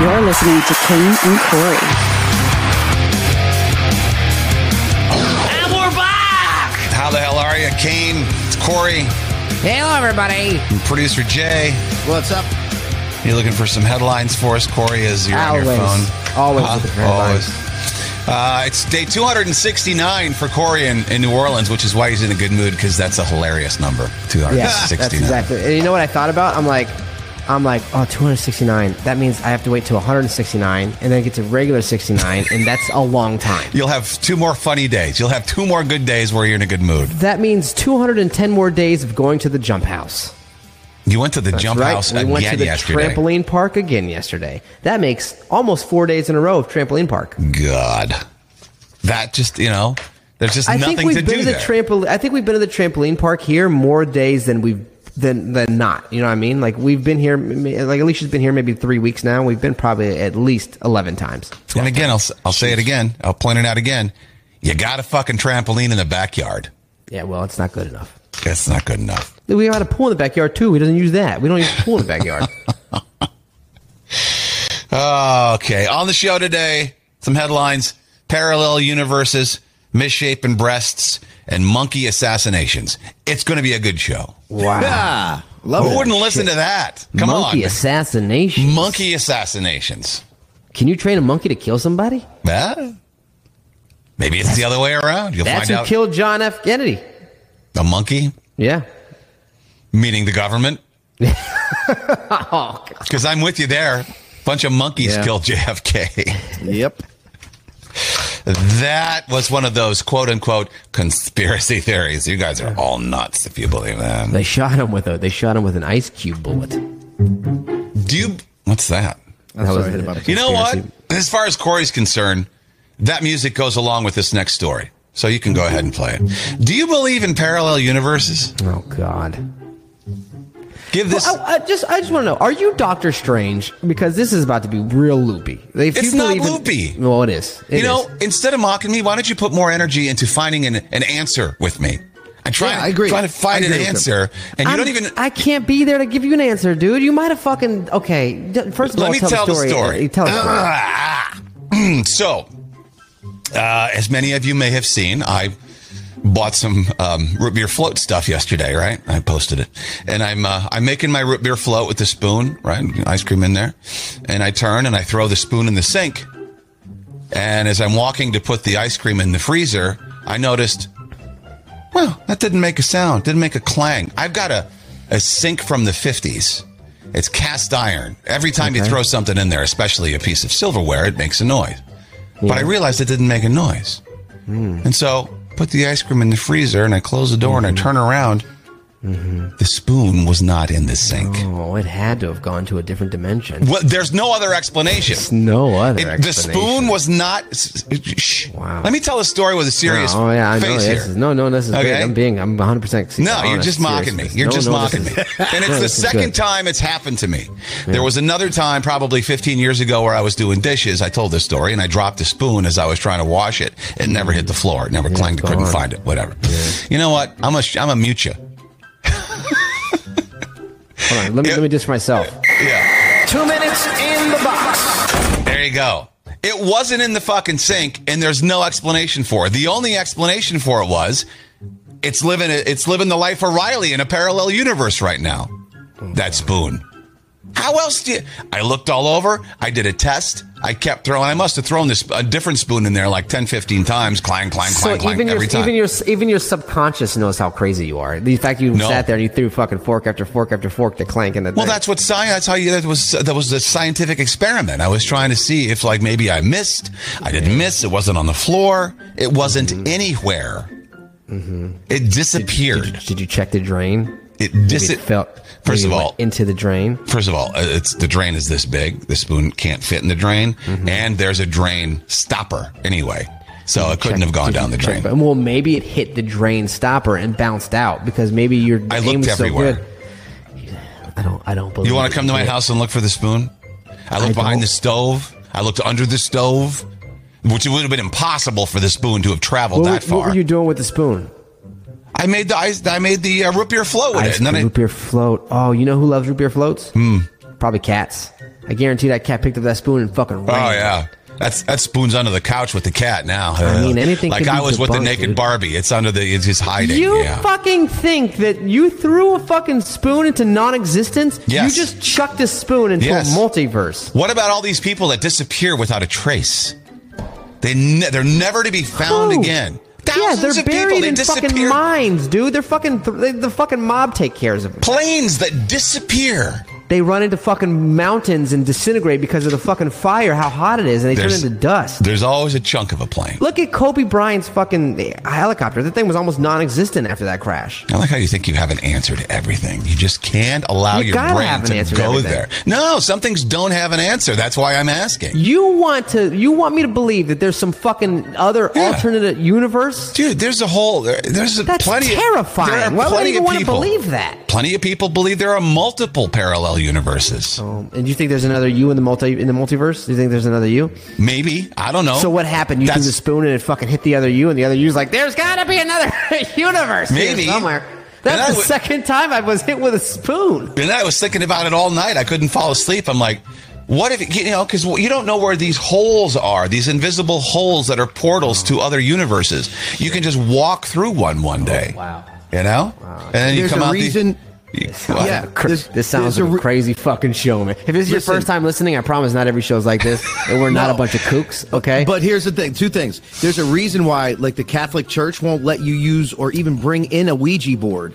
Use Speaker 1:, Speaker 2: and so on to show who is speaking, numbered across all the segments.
Speaker 1: You're listening to Kane and Corey.
Speaker 2: And we're back!
Speaker 3: How the hell are you, Kane? It's Corey
Speaker 4: Hello, everybody.
Speaker 3: and producer Jay.
Speaker 4: What's up?
Speaker 3: You're looking for some headlines for us, Corey? As you're on your
Speaker 4: Always.
Speaker 3: phone,
Speaker 4: Always looking for headlines.
Speaker 3: Always. Uh, it's day 269 for Corey in, in New Orleans, which is why he's in a good mood because that's a hilarious number. 269.
Speaker 4: Yeah, that's exactly. And you know what I thought about? I'm like, I'm like, oh, 269. That means I have to wait till 169 and then get to regular 69, and that's a long time.
Speaker 3: You'll have two more funny days. You'll have two more good days where you're in a good mood.
Speaker 4: That means 210 more days of going to the jump house.
Speaker 3: You went to the jump
Speaker 4: right.
Speaker 3: house
Speaker 4: we
Speaker 3: again
Speaker 4: went to the
Speaker 3: yesterday.
Speaker 4: trampoline park again yesterday. That makes almost four days in a row of trampoline park.
Speaker 3: God, that just you know, there's just
Speaker 4: I
Speaker 3: nothing
Speaker 4: think we've
Speaker 3: to
Speaker 4: been
Speaker 3: do
Speaker 4: to the
Speaker 3: there.
Speaker 4: trampoline. I think we've been to the trampoline park here more days than we've than than not. You know what I mean? Like we've been here. m- m- Like Alicia's been here maybe three weeks now. We've been probably at least eleven times.
Speaker 3: And again, I'll, s- I'll say it again. I'll point it out again. You got a fucking trampoline in the backyard.
Speaker 4: Yeah, well, it's not good enough.
Speaker 3: That's not good enough.
Speaker 4: We had a pool in the backyard too. We doesn't use that. We don't use a pool in the backyard.
Speaker 3: Okay. On the show today, some headlines parallel universes, misshapen breasts, and monkey assassinations. It's going to be a good show.
Speaker 4: wow.
Speaker 2: Ah, love
Speaker 3: Who wouldn't listen to that? Come
Speaker 4: monkey
Speaker 3: on.
Speaker 4: assassination.
Speaker 3: monkey assassinations.
Speaker 4: Can you train a monkey to kill somebody?
Speaker 3: Huh? Maybe it's the other way around. You'll
Speaker 4: That's
Speaker 3: find
Speaker 4: who
Speaker 3: out.
Speaker 4: killed John F. Kennedy.
Speaker 3: a monkey,
Speaker 4: Yeah.
Speaker 3: meaning the government.
Speaker 4: Oh, God.
Speaker 3: Because I'm with you there. Bunch of monkeys
Speaker 4: Yeah.
Speaker 3: killed JFK.
Speaker 2: Yep.
Speaker 3: That was one of those quote unquote conspiracy theories. You guys are all nuts if you believe that.
Speaker 4: they shot him with a they shot him with an ice cube bullet. That
Speaker 3: Do you? What's that?
Speaker 2: sorry, I heard about it.
Speaker 3: You know what?
Speaker 4: conspiracy.
Speaker 3: As far as Corey's concerned, that music goes along with this next story. So you can go ahead and play it. Do you believe in parallel universes?
Speaker 4: Oh God.
Speaker 3: Give this.
Speaker 4: Well, Oh, I, I just, I just want to know: Are you Doctor Strange? Because this is about to be real loopy. If
Speaker 3: It's
Speaker 4: you
Speaker 3: not
Speaker 4: believe in-
Speaker 3: loopy.
Speaker 4: well, it is. It
Speaker 3: you know,
Speaker 4: is.
Speaker 3: instead of mocking me, why don't you put more energy into finding an, an answer with me? I try.
Speaker 2: Yeah, I agree.
Speaker 3: Trying to find
Speaker 2: I
Speaker 3: an
Speaker 2: agree with him. Um,
Speaker 3: answer, and you
Speaker 4: I'm-
Speaker 3: don't even.
Speaker 4: I can't be there to give you an answer, dude. You might have fucking. Okay, d- first of
Speaker 3: Let
Speaker 4: all,
Speaker 3: me
Speaker 4: tell,
Speaker 3: tell
Speaker 4: the
Speaker 3: the story.
Speaker 4: story. Uh, Tell the story.
Speaker 3: Ah. so, uh, as many of you may have seen, I bought some um, root beer float stuff yesterday. Right, I posted it, and I'm uh, I'm making my root beer float with the spoon. Right, ice cream in there, and I turn and I throw the spoon in the sink. And as I'm walking to put the ice cream in the freezer, I noticed, well, that didn't make a sound, didn't make a clang. I've got a, a sink from the 50s. It's cast iron. Every time you throw something in there, especially a piece of silverware, it makes a noise. But I realized it didn't make a noise.
Speaker 4: Hmm.
Speaker 3: And so put the ice cream in the freezer and I close the door
Speaker 4: Mm-hmm.
Speaker 3: and I turn around. The spoon was not in the sink.
Speaker 4: Oh, it had to have gone to a different dimension.
Speaker 3: Well, there's no other explanation.
Speaker 4: No other.
Speaker 3: It- the
Speaker 4: explanation.
Speaker 3: spoon was not. s- s- Shh.
Speaker 4: Wow.
Speaker 3: Let me tell a story with a serious
Speaker 4: Oh yeah, I know.
Speaker 3: face
Speaker 4: This
Speaker 3: here.
Speaker 4: is, no, no, this is
Speaker 3: Okay.
Speaker 4: great. I'm being. I'm 100. percent
Speaker 3: no, you're just mocking me. You're just mocking me. And it's the second time it's happened to me. There was another time, probably 15 years ago, where I was doing dishes. I told this story and I dropped the spoon as I was trying to wash it. It never hit the floor. It never clanged. I couldn't
Speaker 4: gone.
Speaker 3: find it. Whatever. You know what? I'm a, sh- I'm a mute you.
Speaker 4: Hold on, let me
Speaker 3: It-
Speaker 4: let me do this for myself.
Speaker 3: Yeah.
Speaker 2: Two minutes in the box.
Speaker 3: There you go. It wasn't in the fucking sink, and there's no explanation for it. The only explanation for it was it's living it's living the life of Riley in a parallel universe right now. That spoon. How else do you? I looked all over. I did a test. I kept throwing. I must have thrown this a different spoon in there like 10, 15 times. Clang, clang,
Speaker 4: So
Speaker 3: clang, clang
Speaker 4: even your
Speaker 3: every time.
Speaker 4: even your even your subconscious knows how crazy you are. The fact you
Speaker 3: No.
Speaker 4: sat there and you threw fucking fork after fork after fork to clank in the
Speaker 3: Well,
Speaker 4: thing.
Speaker 3: that's what science. That's how you. That was that was a scientific experiment. I was trying to see if, like, maybe I missed. I didn't miss. It wasn't on the floor. It wasn't
Speaker 4: Mm-hmm.
Speaker 3: anywhere. It disappeared.
Speaker 4: Did you, did you check the drain?
Speaker 3: it dis-
Speaker 4: Maybe Mm-hmm. it felt.
Speaker 3: First of
Speaker 4: maybe it went
Speaker 3: all,
Speaker 4: into the drain.
Speaker 3: first of all, uh, it's the drain is this big. The spoon can't fit in the drain,
Speaker 4: Mm-hmm.
Speaker 3: and there's a drain stopper anyway, so it couldn't have gone down the drain.
Speaker 4: But, well, maybe it hit the drain stopper and bounced out because maybe your
Speaker 3: I
Speaker 4: aim
Speaker 3: looked
Speaker 4: was
Speaker 3: everywhere.
Speaker 4: so good. I don't. I don't believe.
Speaker 3: You want to
Speaker 4: it.
Speaker 3: come to my house and look for the spoon? I looked
Speaker 4: don't.
Speaker 3: behind the stove. I looked under the stove, which it would have been impossible for the spoon to have traveled
Speaker 4: What, were-
Speaker 3: that far.
Speaker 4: what were you doing with the spoon?
Speaker 3: I made the ice, I made the uh, root beer float with
Speaker 4: Ice
Speaker 3: it, and then I,
Speaker 4: root beer float. Oh, you know who loves root beer floats? Hmm. Probably cats. I guarantee that cat picked up that spoon and fucking.
Speaker 3: Oh yeah. That's that spoon's under the couch with the cat now.
Speaker 4: I mean, anything
Speaker 3: Like
Speaker 4: could
Speaker 3: I
Speaker 4: be
Speaker 3: was with the
Speaker 4: debunked,
Speaker 3: naked
Speaker 4: dude.
Speaker 3: Barbie. It's under the. It's just hiding.
Speaker 4: You
Speaker 3: yeah.
Speaker 4: fucking think that you threw a fucking spoon into non-existence?
Speaker 3: Yes.
Speaker 4: You just chucked a spoon into
Speaker 3: Yes.
Speaker 4: a multiverse.
Speaker 3: What about all these people that disappear without a trace? They ne- they're never to be found
Speaker 4: Who?
Speaker 3: again.
Speaker 4: yeah,
Speaker 3: Thousands
Speaker 4: they're
Speaker 3: of people
Speaker 4: buried
Speaker 3: they
Speaker 4: in fucking
Speaker 3: disappear.
Speaker 4: mines, dude. They're fucking th- they, the fucking mob take cares of them.
Speaker 3: Planes that disappear.
Speaker 4: They run into fucking mountains and disintegrate because of the fucking fire, how hot it is, and they
Speaker 3: There's-
Speaker 4: turn into dust.
Speaker 3: There's always a chunk of a plane.
Speaker 4: Look at Kobe Bryant's fucking eh, helicopter. That thing was almost non-existent after that crash.
Speaker 3: I like how you think you have an answer to everything. You just can't allow
Speaker 4: You
Speaker 3: your
Speaker 4: gotta
Speaker 3: brain
Speaker 4: have an
Speaker 3: to
Speaker 4: answer to
Speaker 3: go
Speaker 4: everything.
Speaker 3: there. No, some things don't have an answer. That's why I'm asking.
Speaker 4: You want to? You want me to believe that there's some fucking other
Speaker 3: Yeah.
Speaker 4: alternate universe?
Speaker 3: Dude, there's a whole. there- There's a
Speaker 4: That's
Speaker 3: plenty.
Speaker 4: terrifying.
Speaker 3: Of, there are
Speaker 4: Why would
Speaker 3: plenty
Speaker 4: anyone
Speaker 3: of
Speaker 4: wanna
Speaker 3: people-
Speaker 4: believe that?
Speaker 3: Plenty of people believe there are multiple parallel universes.
Speaker 4: Um, and you think there's another you in the multi in the multiverse? You think there's another you?
Speaker 3: Maybe I don't know.
Speaker 4: So what happened? You threw
Speaker 3: Oh, That's-
Speaker 4: the spoon and it fucking hit the other you, and the other you's like, "There's gotta be another universe here
Speaker 3: Maybe.
Speaker 4: somewhere."
Speaker 3: And
Speaker 4: That's
Speaker 3: I
Speaker 4: the
Speaker 3: would-
Speaker 4: second time I was hit with a spoon.
Speaker 3: And I was thinking about it all night. I couldn't fall asleep. I'm like, what if, it- you know, because you don't know where these holes are, these invisible holes that are portals to other universes. You can just walk through one one
Speaker 5: Oh,
Speaker 3: day.
Speaker 4: wow.
Speaker 3: You know? And then you
Speaker 5: There's
Speaker 3: come
Speaker 5: a
Speaker 3: out. the-
Speaker 5: reason-
Speaker 3: you- well,
Speaker 5: Yeah.
Speaker 4: Cr-
Speaker 5: There's-
Speaker 4: this sounds
Speaker 5: there's a
Speaker 4: like a
Speaker 5: re-
Speaker 4: crazy fucking show, man. If this is your
Speaker 5: Listen.
Speaker 4: first time listening, I promise not every show's like this, and we're not
Speaker 5: No.
Speaker 4: a bunch of kooks, okay?
Speaker 5: But here's the thing: two things. There's a reason why, like the Catholic Church won't let you use or even bring in a Ouija board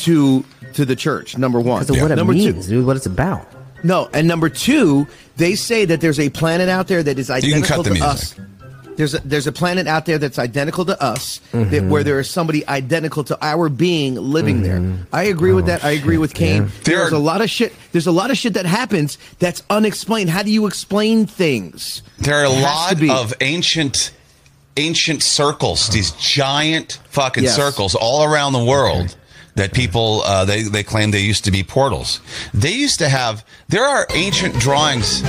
Speaker 5: to to the church. Number one.
Speaker 4: Because of what it
Speaker 5: number
Speaker 4: means,
Speaker 5: two.
Speaker 4: dude, what it's about.
Speaker 5: No, and number two, they say that there's a planet out there that is
Speaker 3: can cut
Speaker 5: identical
Speaker 3: the
Speaker 5: to
Speaker 3: music.
Speaker 5: us. There's a, there's a planet out there that's identical to us,
Speaker 4: Mm-hmm.
Speaker 5: that where there is somebody identical to our being living there.
Speaker 4: Mm-hmm.
Speaker 5: I agree with that. I
Speaker 4: Oh,
Speaker 5: agree with Kane.
Speaker 3: There
Speaker 5: There's
Speaker 3: are-
Speaker 5: a lot of shit. There's a lot of shit that happens that's unexplained. How do you explain things?
Speaker 3: There are a
Speaker 5: It has to
Speaker 3: lot
Speaker 5: be.
Speaker 3: of ancient ancient circles, these giant fucking
Speaker 5: Yes.
Speaker 3: circles all around the world that people uh, they they claim they used to be portals. They used to have there are ancient drawings.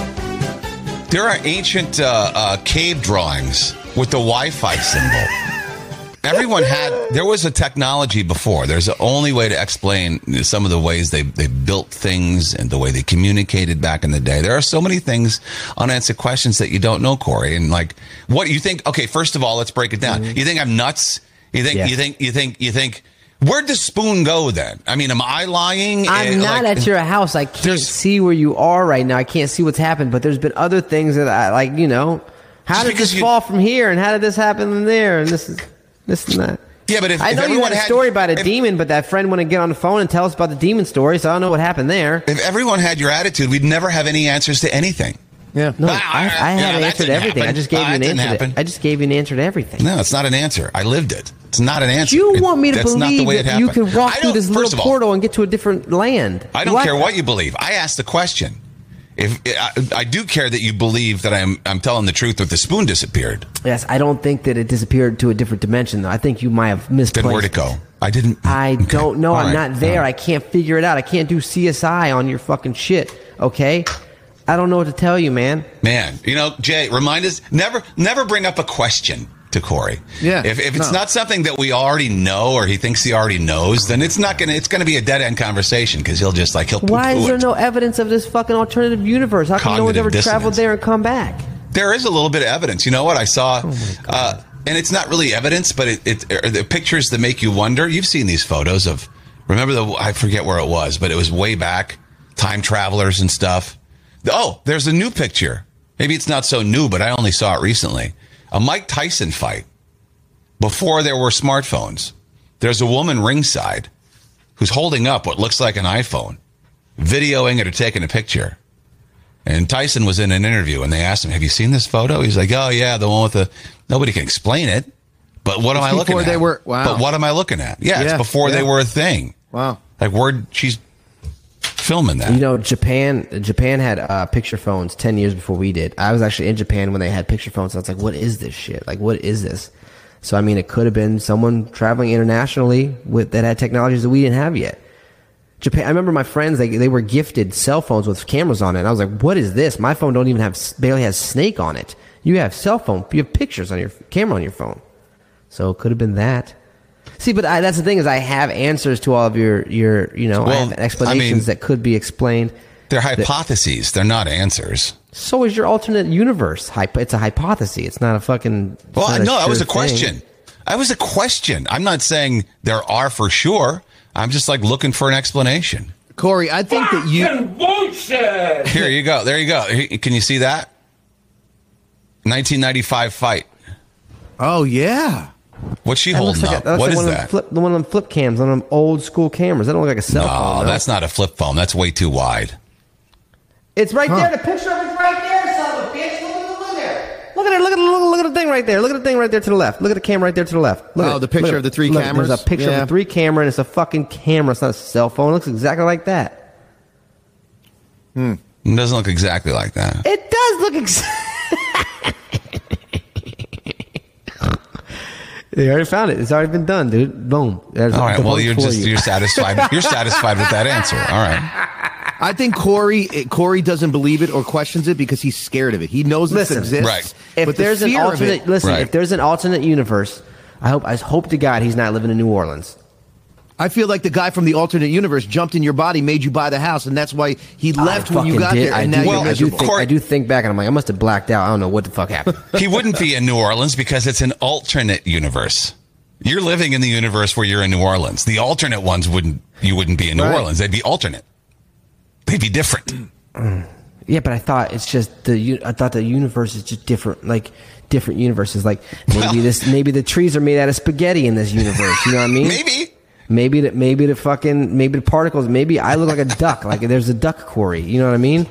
Speaker 3: There are ancient uh, uh, cave drawings with the Wi-Fi symbol. Everyone had there was a technology before. There's the only way to explain some of the ways they they built things and the way they communicated back in the day. There are so many things unanswered questions that you don't know, Corey. And like, what you think? Okay, first of all, let's break it down.
Speaker 4: Mm-hmm.
Speaker 3: You think I'm nuts? You think
Speaker 4: Yeah.
Speaker 3: you think you think you think? Where'd the spoon go then? I mean, am I lying? Eh,
Speaker 4: I'm not
Speaker 3: like-
Speaker 4: at your house. I can't
Speaker 3: There's-
Speaker 4: see where you are right now. I can't see what's happened. But there's been other things that I like. You know, how
Speaker 3: Just
Speaker 4: did
Speaker 3: because
Speaker 4: this
Speaker 3: you-
Speaker 4: fall from here, and how did this happen in there, and this is this and that.
Speaker 3: Yeah, but if-
Speaker 4: I
Speaker 3: if
Speaker 4: know you
Speaker 3: everyone
Speaker 4: had a
Speaker 3: had-
Speaker 4: story about a
Speaker 3: if-
Speaker 4: demon, but that friend wouldn't get on the phone and tell us about the demon story, so I don't know what happened there.
Speaker 3: If everyone had your attitude, we'd never have any answers to anything.
Speaker 5: Yeah.
Speaker 4: No,
Speaker 3: Ah,
Speaker 4: I, I
Speaker 3: yeah,
Speaker 4: had
Speaker 3: that
Speaker 4: an answer to
Speaker 3: didn't
Speaker 4: everything. I
Speaker 3: happen.
Speaker 4: just gave
Speaker 3: Ah,
Speaker 4: you an
Speaker 3: that
Speaker 4: answer.
Speaker 3: didn't
Speaker 4: To,
Speaker 3: happen.
Speaker 4: I just gave you an answer to everything.
Speaker 3: No, it's not an answer. I lived it. It's not an answer.
Speaker 4: You
Speaker 3: It-
Speaker 4: want me to
Speaker 3: that's not the
Speaker 4: believe
Speaker 3: way it
Speaker 4: that you
Speaker 3: happened.
Speaker 4: can walk
Speaker 3: I
Speaker 4: through
Speaker 3: don't-
Speaker 4: this
Speaker 3: first
Speaker 4: little
Speaker 3: of all,
Speaker 4: portal and get to a different land?
Speaker 3: I don't care what you believe. I asked the question. If I, I do care that you believe that I'm I'm telling the truth that the spoon disappeared,
Speaker 4: Yes, I don't think that it disappeared to a different dimension, though. I think you might have misplaced.
Speaker 3: then where'd it go? I didn't.
Speaker 4: I
Speaker 3: okay.
Speaker 4: don't know.
Speaker 3: All
Speaker 4: I'm
Speaker 3: right.
Speaker 4: not there.
Speaker 3: All
Speaker 4: I
Speaker 3: right.
Speaker 4: can't figure it out. I can't do CSI on your fucking shit. Okay, I don't know what to tell you, man.
Speaker 3: Man, you know, Jay, remind us never never bring up a question to Corey.
Speaker 5: Yeah,
Speaker 3: If, if it's
Speaker 5: no.
Speaker 3: not something that we already know or he thinks he already knows, then it's not gonna it's gonna be a dead end conversation because he'll just like he'll.
Speaker 4: Why is
Speaker 3: poo-poo
Speaker 4: there
Speaker 3: it.
Speaker 4: no evidence of this fucking alternative universe? How come no one's
Speaker 3: Cognitive
Speaker 4: ever traveled
Speaker 3: dissonance.
Speaker 4: there and come back?
Speaker 3: There is a little bit of evidence. You know what I saw, uh, and it's not really evidence, but it, it are the pictures that make you wonder. You've seen these photos of remember the I forget where it was, but it was way back. Time travelers and stuff. Oh, there's a new picture. Maybe it's not so new, but I only saw it recently. A Mike Tyson fight before there were smartphones. There's a woman ringside who's holding up what looks like an iPhone, videoing it or taking a picture. And Tyson was in an interview and they asked him, Have you seen this photo? He's like, Oh, yeah, the one with the nobody can explain it. But what am
Speaker 5: It's
Speaker 3: I looking
Speaker 5: before
Speaker 3: at?
Speaker 5: they were- wow.
Speaker 3: But what am I looking at? Yeah, it's
Speaker 5: Yeah,
Speaker 3: before they
Speaker 5: yeah.
Speaker 3: were a thing.
Speaker 5: Wow.
Speaker 3: Like, word, she's filming that.
Speaker 4: You know, Japan. Japan had uh, picture phones ten years before we did. I was actually in Japan when they had picture phones. And I was like, "What is this shit? Like, what is this?" So I mean, it could have been someone traveling internationally with that had technologies that we didn't have yet. Japan. I remember my friends; they they were gifted cell phones with cameras on it. And I was like, "What is this? My phone don't even have barely has snake on it. You have cell phone. You have pictures on your camera on your phone. So it could have been that." See, but I, that's the thing is, I have answers to all of your your you know I
Speaker 3: Well,
Speaker 4: have
Speaker 3: I mean-
Speaker 4: explanations that could be explained.
Speaker 3: They're hypotheses. They're not answers.
Speaker 4: So is your alternate universe. hypo- It's a hypothesis. It's not a fucking. it's
Speaker 3: Well,
Speaker 4: not
Speaker 3: no, that was
Speaker 4: sure
Speaker 3: a question.
Speaker 4: thing.
Speaker 3: That was a question. I'm not saying there are for sure. I'm just like looking for an explanation.
Speaker 5: Corey, I think that you.
Speaker 3: Here you go. There you go. Here- Can you see that? 1995 fight.
Speaker 5: Oh yeah.
Speaker 3: What's she
Speaker 4: That
Speaker 3: holding
Speaker 4: looks like a-
Speaker 3: up?
Speaker 4: that looks
Speaker 3: what
Speaker 4: like
Speaker 3: is
Speaker 4: one of them
Speaker 3: that?
Speaker 4: Flip, the one on flip cams, one of them old school cameras. That don't look like a cell phone.
Speaker 3: oh,
Speaker 4: though.
Speaker 3: that's not a flip phone. That's way too wide.
Speaker 4: It's right there. The picture of it's right there, son of a bitch. Look at the look there. Look at it. Look at it. Look, look at the thing right there. Look at the thing right there to the left. Look at the camera right there to the left. Look
Speaker 5: Oh,
Speaker 4: at it.
Speaker 5: the picture
Speaker 4: Look at
Speaker 5: of
Speaker 4: it.
Speaker 5: the three
Speaker 4: Look, There's
Speaker 5: cameras?
Speaker 4: a picture of
Speaker 5: Yeah.
Speaker 4: the three camera, and it's a fucking camera. It's not a cell phone. It looks exactly like that.
Speaker 3: It doesn't look exactly like that.
Speaker 4: It does look exactly. they already found it. It's already been done, dude. Boom. There's
Speaker 3: All
Speaker 4: the
Speaker 3: right. Well,
Speaker 4: vote
Speaker 3: you're
Speaker 4: for
Speaker 3: just
Speaker 4: you.
Speaker 3: you're satisfied. You're satisfied with that answer. All right.
Speaker 5: I think Corey Corey doesn't believe it or questions it because he's scared of it. He knows
Speaker 4: Listen,
Speaker 5: this exists.
Speaker 3: Right.
Speaker 4: if
Speaker 5: but the
Speaker 4: there's an
Speaker 5: fear of
Speaker 4: alternate,
Speaker 5: it-
Speaker 4: listen.
Speaker 3: Right.
Speaker 4: If there's an alternate universe, I hope I hope to God he's not living in New Orleans.
Speaker 5: I feel like the guy from the alternate universe jumped in your body, made you buy the house, and that's why he left
Speaker 4: I
Speaker 5: when you
Speaker 4: fucking
Speaker 5: got
Speaker 4: did.
Speaker 5: there.
Speaker 4: I
Speaker 5: And
Speaker 4: do,
Speaker 5: now
Speaker 3: Well,
Speaker 5: you're
Speaker 4: I, do
Speaker 5: miserable.
Speaker 4: think,
Speaker 3: Corey-
Speaker 4: I do think back, and I'm like, I must have blacked out. I don't know what the fuck happened.
Speaker 3: He wouldn't be in New Orleans because it's an alternate universe. You're living in the universe where you're in New Orleans. The alternate ones wouldn't. You wouldn't be in New
Speaker 5: Right.
Speaker 3: Orleans. They'd be alternate. They'd be different.
Speaker 4: yeah, but I thought it's just the u- I thought the universe is just different, like different universes. Like maybe
Speaker 3: Well-
Speaker 4: this, maybe the trees are made out of spaghetti in this universe. You know what I mean?
Speaker 3: Maybe.
Speaker 4: Maybe the maybe the fucking maybe the particles. Maybe I look like a duck. Like there's a duck quarry. You know what I mean?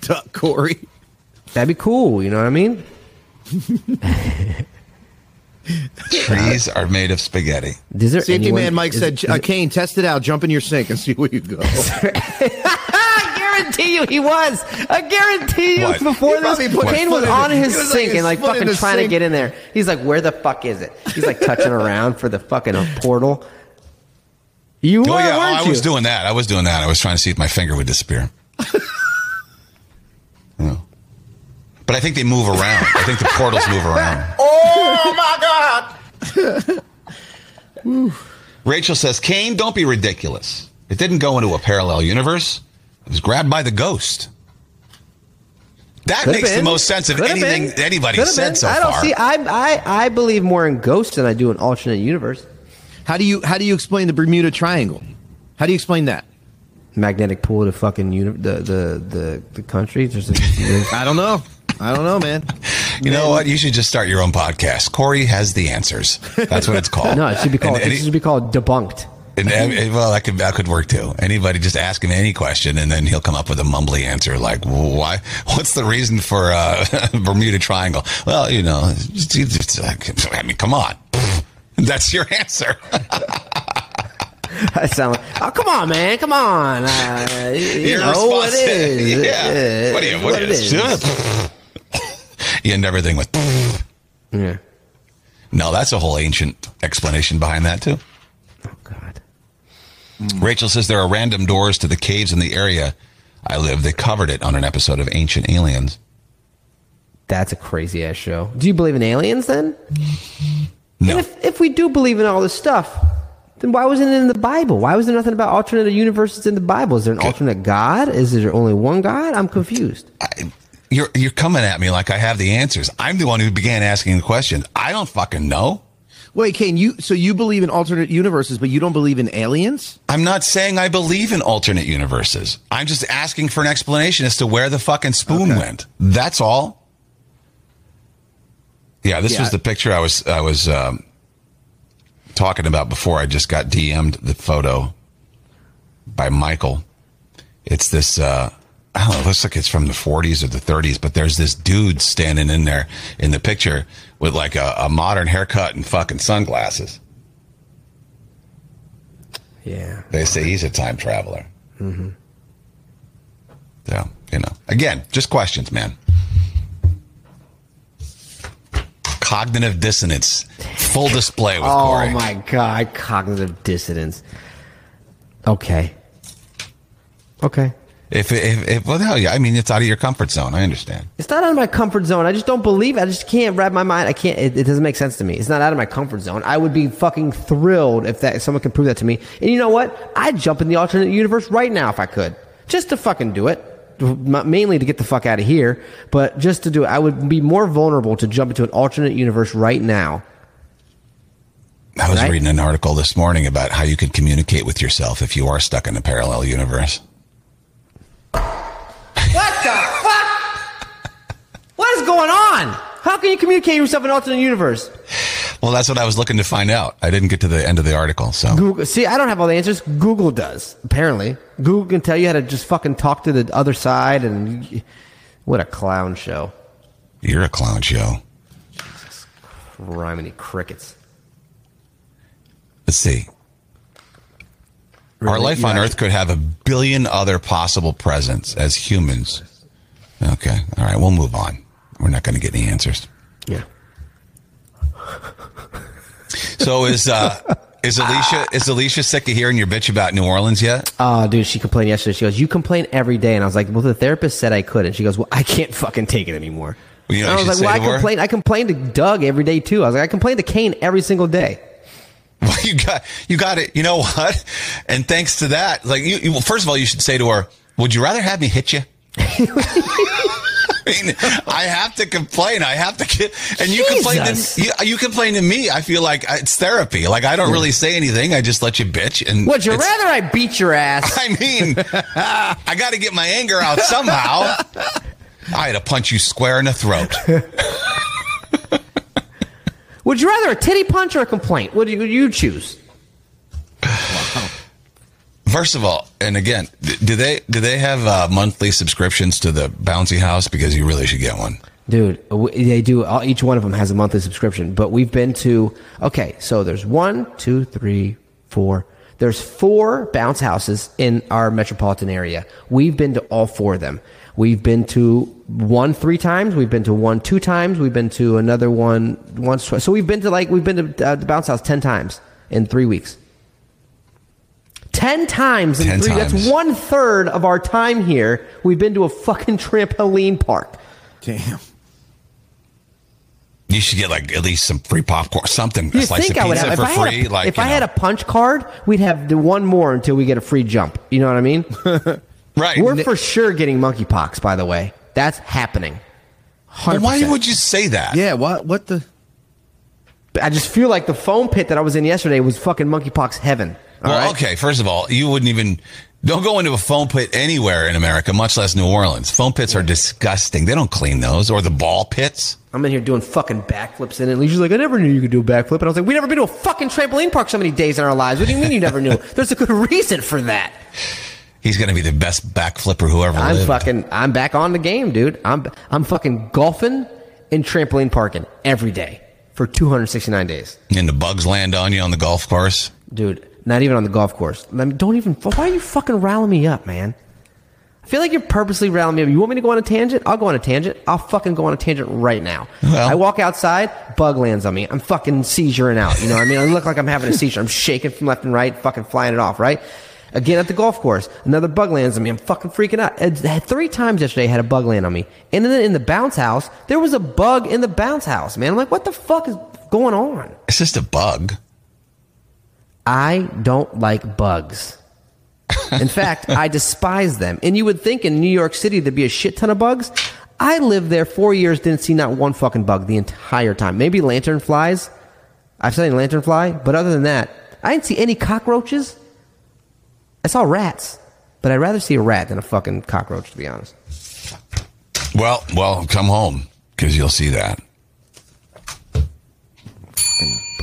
Speaker 5: Duck, Corey.
Speaker 4: That'd be cool. You know what I mean?
Speaker 3: Trees are made of spaghetti.
Speaker 4: Is there
Speaker 5: Safety
Speaker 4: anyone-
Speaker 5: man Mike
Speaker 4: is-
Speaker 5: said,
Speaker 4: is
Speaker 5: uh,
Speaker 4: it-
Speaker 5: Kane, test it out. Jump in your sink and see where you go.
Speaker 4: I guarantee you he was. I guarantee you
Speaker 3: What?
Speaker 4: before this,
Speaker 5: He probably put his
Speaker 4: Kane was
Speaker 5: foot in
Speaker 4: on
Speaker 5: it.
Speaker 4: his
Speaker 5: He was, like,
Speaker 4: sink
Speaker 5: his
Speaker 4: and like
Speaker 5: foot in
Speaker 4: fucking
Speaker 5: the
Speaker 4: trying to
Speaker 5: sink.
Speaker 4: get in there. He's like, where the fuck is it? He's like touching around for the fucking portal. You were,
Speaker 3: Oh yeah,
Speaker 4: weren't
Speaker 3: oh, I
Speaker 4: you?
Speaker 3: was doing that. I was doing that. I was trying to see if my finger would disappear. Yeah. But I think they move around. I think the portals move around.
Speaker 2: Oh my God.
Speaker 3: Rachel says, "Kane, don't be ridiculous. It didn't go into a parallel universe. It was grabbed by the ghost." That
Speaker 4: Could've
Speaker 3: makes the
Speaker 4: been.
Speaker 3: most sense of
Speaker 4: Could've
Speaker 3: anything
Speaker 4: been.
Speaker 3: anybody
Speaker 4: Could've
Speaker 3: said
Speaker 4: been.
Speaker 3: so
Speaker 4: I don't
Speaker 3: far.
Speaker 4: see. I, I I believe more in ghosts than I do in alternate universe.
Speaker 5: how do you how do you explain the Bermuda Triangle? How do you explain that?
Speaker 4: Magnetic pool to fucking uni- the the the the country. Just
Speaker 5: I don't know. I don't know, man.
Speaker 3: you know what? You should just start your own podcast. Corey has the answers. That's what it's called.
Speaker 4: no, it should be called.
Speaker 3: And any-
Speaker 4: it should be called debunked.
Speaker 3: And, and- well, that could that could work too. Anybody just ask him any question, and then he'll come up with a mumbly answer like, "Why? What's the reason for uh, Bermuda Triangle?" Well, you know, it's, it's like, I mean, come on, that's your answer.
Speaker 4: I sound like, oh, come on, man, come on. Uh, you
Speaker 3: Your
Speaker 4: know what
Speaker 3: response-
Speaker 4: it is.
Speaker 3: yeah.
Speaker 4: Uh,
Speaker 3: What do you? What,
Speaker 4: it
Speaker 3: is? you end everything with.
Speaker 4: Yeah.
Speaker 3: No, that's a whole ancient explanation behind that too.
Speaker 4: Oh, God.
Speaker 3: Rachel says there are random doors to the caves in the area I live. They covered it on an episode of Ancient Aliens.
Speaker 4: That's a crazy ass show. Do you believe in aliens then?
Speaker 3: No.
Speaker 4: And if, if we do believe in all this stuff, then why wasn't it in the Bible? Why was there nothing about alternate universes in the Bible? Is there an alternate God? Is there only one God? I'm confused.
Speaker 3: you're you're coming at me like I have the answers. I'm the one who began asking the questions. I don't fucking know.
Speaker 5: Wait, Kane, you so you believe in alternate universes, but you don't believe in aliens?
Speaker 3: I'm not saying I believe in alternate universes. I'm just asking for an explanation as to where the fucking spoon went. That's all. Yeah, this
Speaker 5: Yeah.
Speaker 3: was the picture I was I was um, talking about before. I just got DM'd the photo by Michael. It's this. Uh, I don't know. It looks like it's from the 40s or the 30s, but there's this dude standing in there in the picture with like a, a modern haircut and fucking sunglasses.
Speaker 4: Yeah.
Speaker 3: They say he's a time traveler. Mm-hmm. So, you know, again, just questions, man. Cognitive dissonance, full display with
Speaker 4: Oh
Speaker 3: Corey.
Speaker 4: my God. Cognitive dissonance. Okay. Okay.
Speaker 3: If, if, if, well, hell yeah. I mean, it's out of your comfort zone. I understand.
Speaker 4: It's not out of my comfort zone. I just don't believe. it. I just can't wrap my mind. I can't. It, it doesn't make sense to me. It's not out of my comfort zone. I would be fucking thrilled if that if someone can prove that to me. And you know what? I'd jump in the alternate universe right now if I could. just to fucking do it. M- Mainly to get the fuck out of here, but just to do it, I would be more vulnerable to jump into an alternate universe right now.
Speaker 3: I was
Speaker 4: Right.
Speaker 3: reading an article this morning about how you could communicate with yourself if you are stuck in a parallel universe.
Speaker 4: What the fuck? What is going on? How can you communicate with yourself in an alternate universe?
Speaker 3: Well, that's what I was looking to find out. I didn't get to the end of the article, so
Speaker 4: Google. See, I don't have all the answers. Google does apparently. Google can tell you how to just fucking talk to the other side, and what a clown show.
Speaker 3: you're a clown show.
Speaker 4: Rhyming crickets.
Speaker 3: Let's see. Our
Speaker 4: Really?
Speaker 3: life
Speaker 4: You
Speaker 3: on
Speaker 4: have-
Speaker 3: Earth could have a billion other possible presents as humans. Okay. All right. We'll move on. We're not going to get any answers.
Speaker 4: Yeah.
Speaker 3: So is uh, is Alicia is Alicia sick of hearing your bitch about New Orleans yet?
Speaker 4: Oh, dude, she complained yesterday. She goes, "You complain every day," and I was like, "Well, the therapist said I could," and she goes, "Well, I can't fucking take it anymore."
Speaker 3: Well, you know
Speaker 4: And I
Speaker 3: what
Speaker 4: was
Speaker 3: you
Speaker 4: like, "Well, I
Speaker 3: should say to her?"
Speaker 4: complain. I complain to Doug every day too." I was like, "I complain to Kane every single day."
Speaker 3: Well, you got you got it. You know what? And thanks to that, like you, you well, first of all, you should say to her, "Would you rather have me hit you?" I mean, I have to complain. I have to get, and you complain
Speaker 4: Jesus.
Speaker 3: to you, you complain to me. I feel like uh, it's therapy. Like I don't really say anything. I just let you bitch. And
Speaker 4: Would you
Speaker 3: it's-
Speaker 4: rather I beat your ass?
Speaker 3: I mean, I got to get my anger out somehow. I had to punch you square in the throat.
Speaker 4: Would you rather a titty punch or a complaint? What do you, you choose?
Speaker 3: First of all, and again, th- do they do they have uh, monthly subscriptions to the bouncy house? Because you really should get one.
Speaker 4: Dude, w- they do. All, each one of them has a monthly subscription. But we've been to okay. So there's one, two, three, four. There's four bounce houses in our metropolitan area. We've been to all four of them. We've been to one three times. We've been to one two times. We've been to another one once. Twice. So we've been to like we've been to uh, the bounce house ten times in three weeks. Ten times in
Speaker 3: 10
Speaker 4: three.
Speaker 3: times.
Speaker 4: That's one third of our time here. We've been to a fucking trampoline park.
Speaker 5: Damn.
Speaker 3: You should get like at least some free popcorn, something,
Speaker 4: You
Speaker 3: a slice
Speaker 4: think
Speaker 3: of
Speaker 4: I would
Speaker 3: pizza
Speaker 4: have? If
Speaker 3: for
Speaker 4: I had,
Speaker 3: free.
Speaker 4: a,
Speaker 3: like
Speaker 4: if
Speaker 3: you
Speaker 4: I had
Speaker 3: know.
Speaker 4: a punch card, we'd have the one more until we get a free jump. You know what I mean?
Speaker 3: right.
Speaker 4: We're for sure getting monkeypox. By the way, that's happening.
Speaker 3: But
Speaker 4: Hundred
Speaker 3: why
Speaker 4: percent.
Speaker 3: would you say that?
Speaker 5: Yeah. What? What the?
Speaker 4: I just feel like the foam pit that I was in yesterday was fucking monkeypox heaven. All
Speaker 3: Well,
Speaker 4: right?
Speaker 3: okay. First of all, you wouldn't even don't go into a foam pit anywhere in America, much less New Orleans. Foam pits are disgusting. They don't clean those or the ball pits.
Speaker 4: I'm in here doing fucking backflips in it. Leisure's like, I never knew you could do a backflip, and I was like, we never been to a fucking trampoline park so many days in our lives. What do you mean you never knew? There's a good reason for that.
Speaker 3: He's going to be the best back flipper who ever
Speaker 4: I'm
Speaker 3: lived.
Speaker 4: fucking. I'm back on the game, dude. I'm I'm fucking golfing and trampoline parking every day for 269 days,
Speaker 3: and the bugs land on you on the golf course.
Speaker 4: dude. Not even on the golf course. Let me, don't even. Why are you fucking riling me up, man? I feel like you're purposely riling me up. You want me to go on a tangent? I'll go on a tangent. I'll fucking go on a tangent right now.
Speaker 3: Well-
Speaker 4: I walk outside, bug lands on me. I'm fucking seizuring out. You know what I mean? I look like I'm having a seizure. I'm shaking from left and right, fucking flying it off, right? Again at the golf course, another bug lands on me. I'm fucking freaking out. It's- had Three times yesterday, I had a bug land on me. And then in the bounce house, there was a bug in the bounce house, man. I'm like, what the fuck is going on?
Speaker 3: It's just a bug.
Speaker 4: I don't like bugs. In fact, I despise them. And you would think in New York City there'd be a shit ton of bugs. I lived there four years, didn't see not one fucking bug the entire time. Maybe lantern flies. I've seen lantern fly, but other than that, I didn't see any cockroaches. I saw rats, but I'd rather see a rat than a fucking cockroach, to be honest.
Speaker 3: Well, well, come home because you'll see that.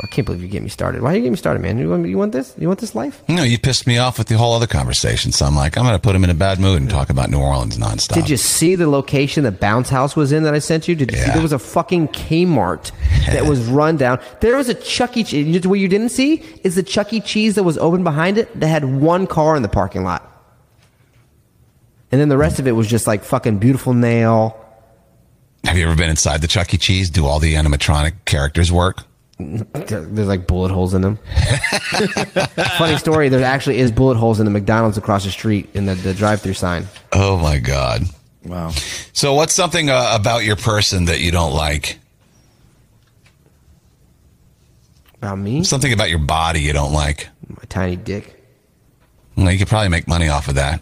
Speaker 4: I can't believe you get me started. Why you get me started, man? You want, you want this? You want this life?
Speaker 3: No, you pissed me off with the whole other conversation. So I'm like, I'm going to put him in a bad mood and talk about New Orleans nonstop.
Speaker 4: Did you see the location the bounce house was in that I sent you? Did you see
Speaker 3: Yeah.
Speaker 4: there was a fucking Kmart that was run down? There was a Chuck E. Cheese. What you didn't see is the Chuck E. Cheese that was open behind it that had one car in the parking lot. And then the rest of it was just like fucking beautiful nail.
Speaker 3: Have you ever been inside the Chuck E. Cheese? Do all the animatronic characters work?
Speaker 4: There- There's like bullet holes in them. Funny story, there actually is bullet holes in the McDonald's across the street in the, the drive through sign.
Speaker 3: Oh my God.
Speaker 5: Wow.
Speaker 3: So, what's something uh, about your person that you don't like?
Speaker 4: About me?
Speaker 3: Something about your body you don't like?
Speaker 4: My tiny dick.
Speaker 3: Well, you could probably make money off of that.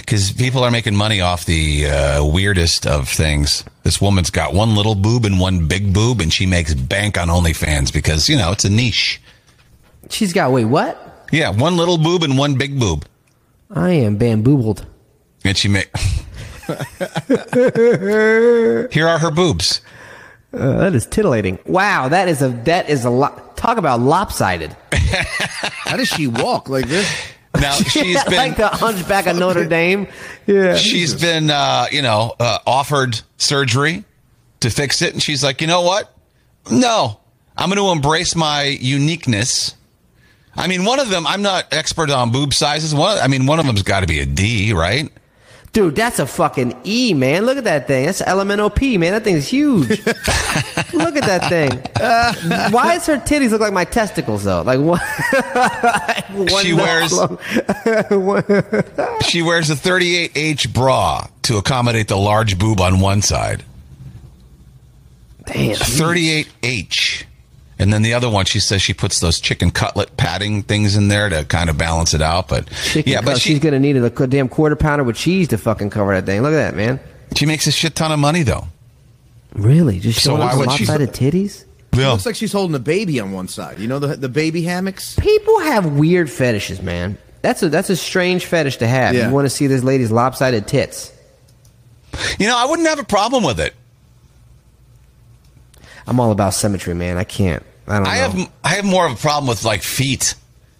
Speaker 3: because people are making money off the uh, weirdest of things. This woman's got one little boob and one big boob, and she makes bank on OnlyFans because you know it's a niche.
Speaker 4: She's got wait what?
Speaker 3: Yeah, one little boob and one big boob,
Speaker 4: I am bamboobled.
Speaker 3: and she make. Here are her boobs.
Speaker 4: Uh, that is titillating. Wow, that is a that is a lot. Talk about lopsided.
Speaker 5: How does she walk like this?
Speaker 3: Now she's been
Speaker 4: like the Hunchback of Notre Dame. Yeah.
Speaker 3: she's been uh, you know uh, offered surgery to fix it and she's like you know what no i'm going to embrace my uniqueness i mean one of them i'm not expert on boob sizes one i mean one of them's got to be a d right
Speaker 4: Dude, that's a fucking E, man. Look at that thing. That's LMNOP, man. That thing's huge. look at that thing. Uh, why does her titties look like my testicles, though? Like, one, like one
Speaker 3: she
Speaker 4: notch
Speaker 3: wears
Speaker 4: long.
Speaker 3: she wears a 38h bra to accommodate the large boob on one side
Speaker 4: Damn.
Speaker 3: 38H. And then the other one, she says she puts those chicken cutlet padding things in there to kind of balance it out. But
Speaker 4: Chicken
Speaker 3: yeah, but
Speaker 4: cut.
Speaker 3: she,
Speaker 4: Oh, she's gonna need a qu- damn quarter pounder with cheese to fucking cover that thing. Look at that, man.
Speaker 3: she makes a shit ton of money though.
Speaker 4: Really? Just
Speaker 3: So
Speaker 4: showing
Speaker 3: why
Speaker 4: us
Speaker 3: would she-
Speaker 4: lopsided titties?
Speaker 3: Yeah.
Speaker 5: Looks like she's holding a baby on one side. You know the the baby hammocks.
Speaker 4: People have weird fetishes, man. That's a that's a strange fetish to have.
Speaker 5: Yeah.
Speaker 4: You want to see this lady's lopsided tits?
Speaker 3: You know, I wouldn't have a problem with it.
Speaker 4: I'm all about symmetry, man. I can't. I don't.
Speaker 3: I
Speaker 4: know.
Speaker 3: have I have more of a problem with like feet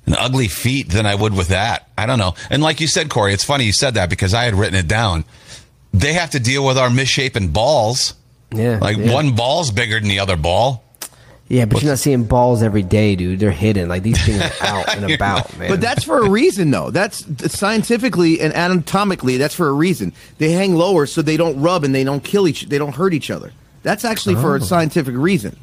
Speaker 3: and ugly feet than I would with that. I don't know. And like you said, Corey, it's funny you said that because I had written it down. They have to deal with our misshapen balls.
Speaker 4: Yeah,
Speaker 3: Like
Speaker 4: yeah.
Speaker 3: one ball's bigger than the other ball.
Speaker 4: Yeah, but you're not seeing balls every day, dude. They're hidden. Like these things are out and about, man.
Speaker 5: But that's for a reason, though. That's scientifically and anatomically. That's for a reason. They hang lower so they don't rub and they don't kill each. They don't hurt each other. That's actually for a
Speaker 3: Oh.
Speaker 5: scientific reason.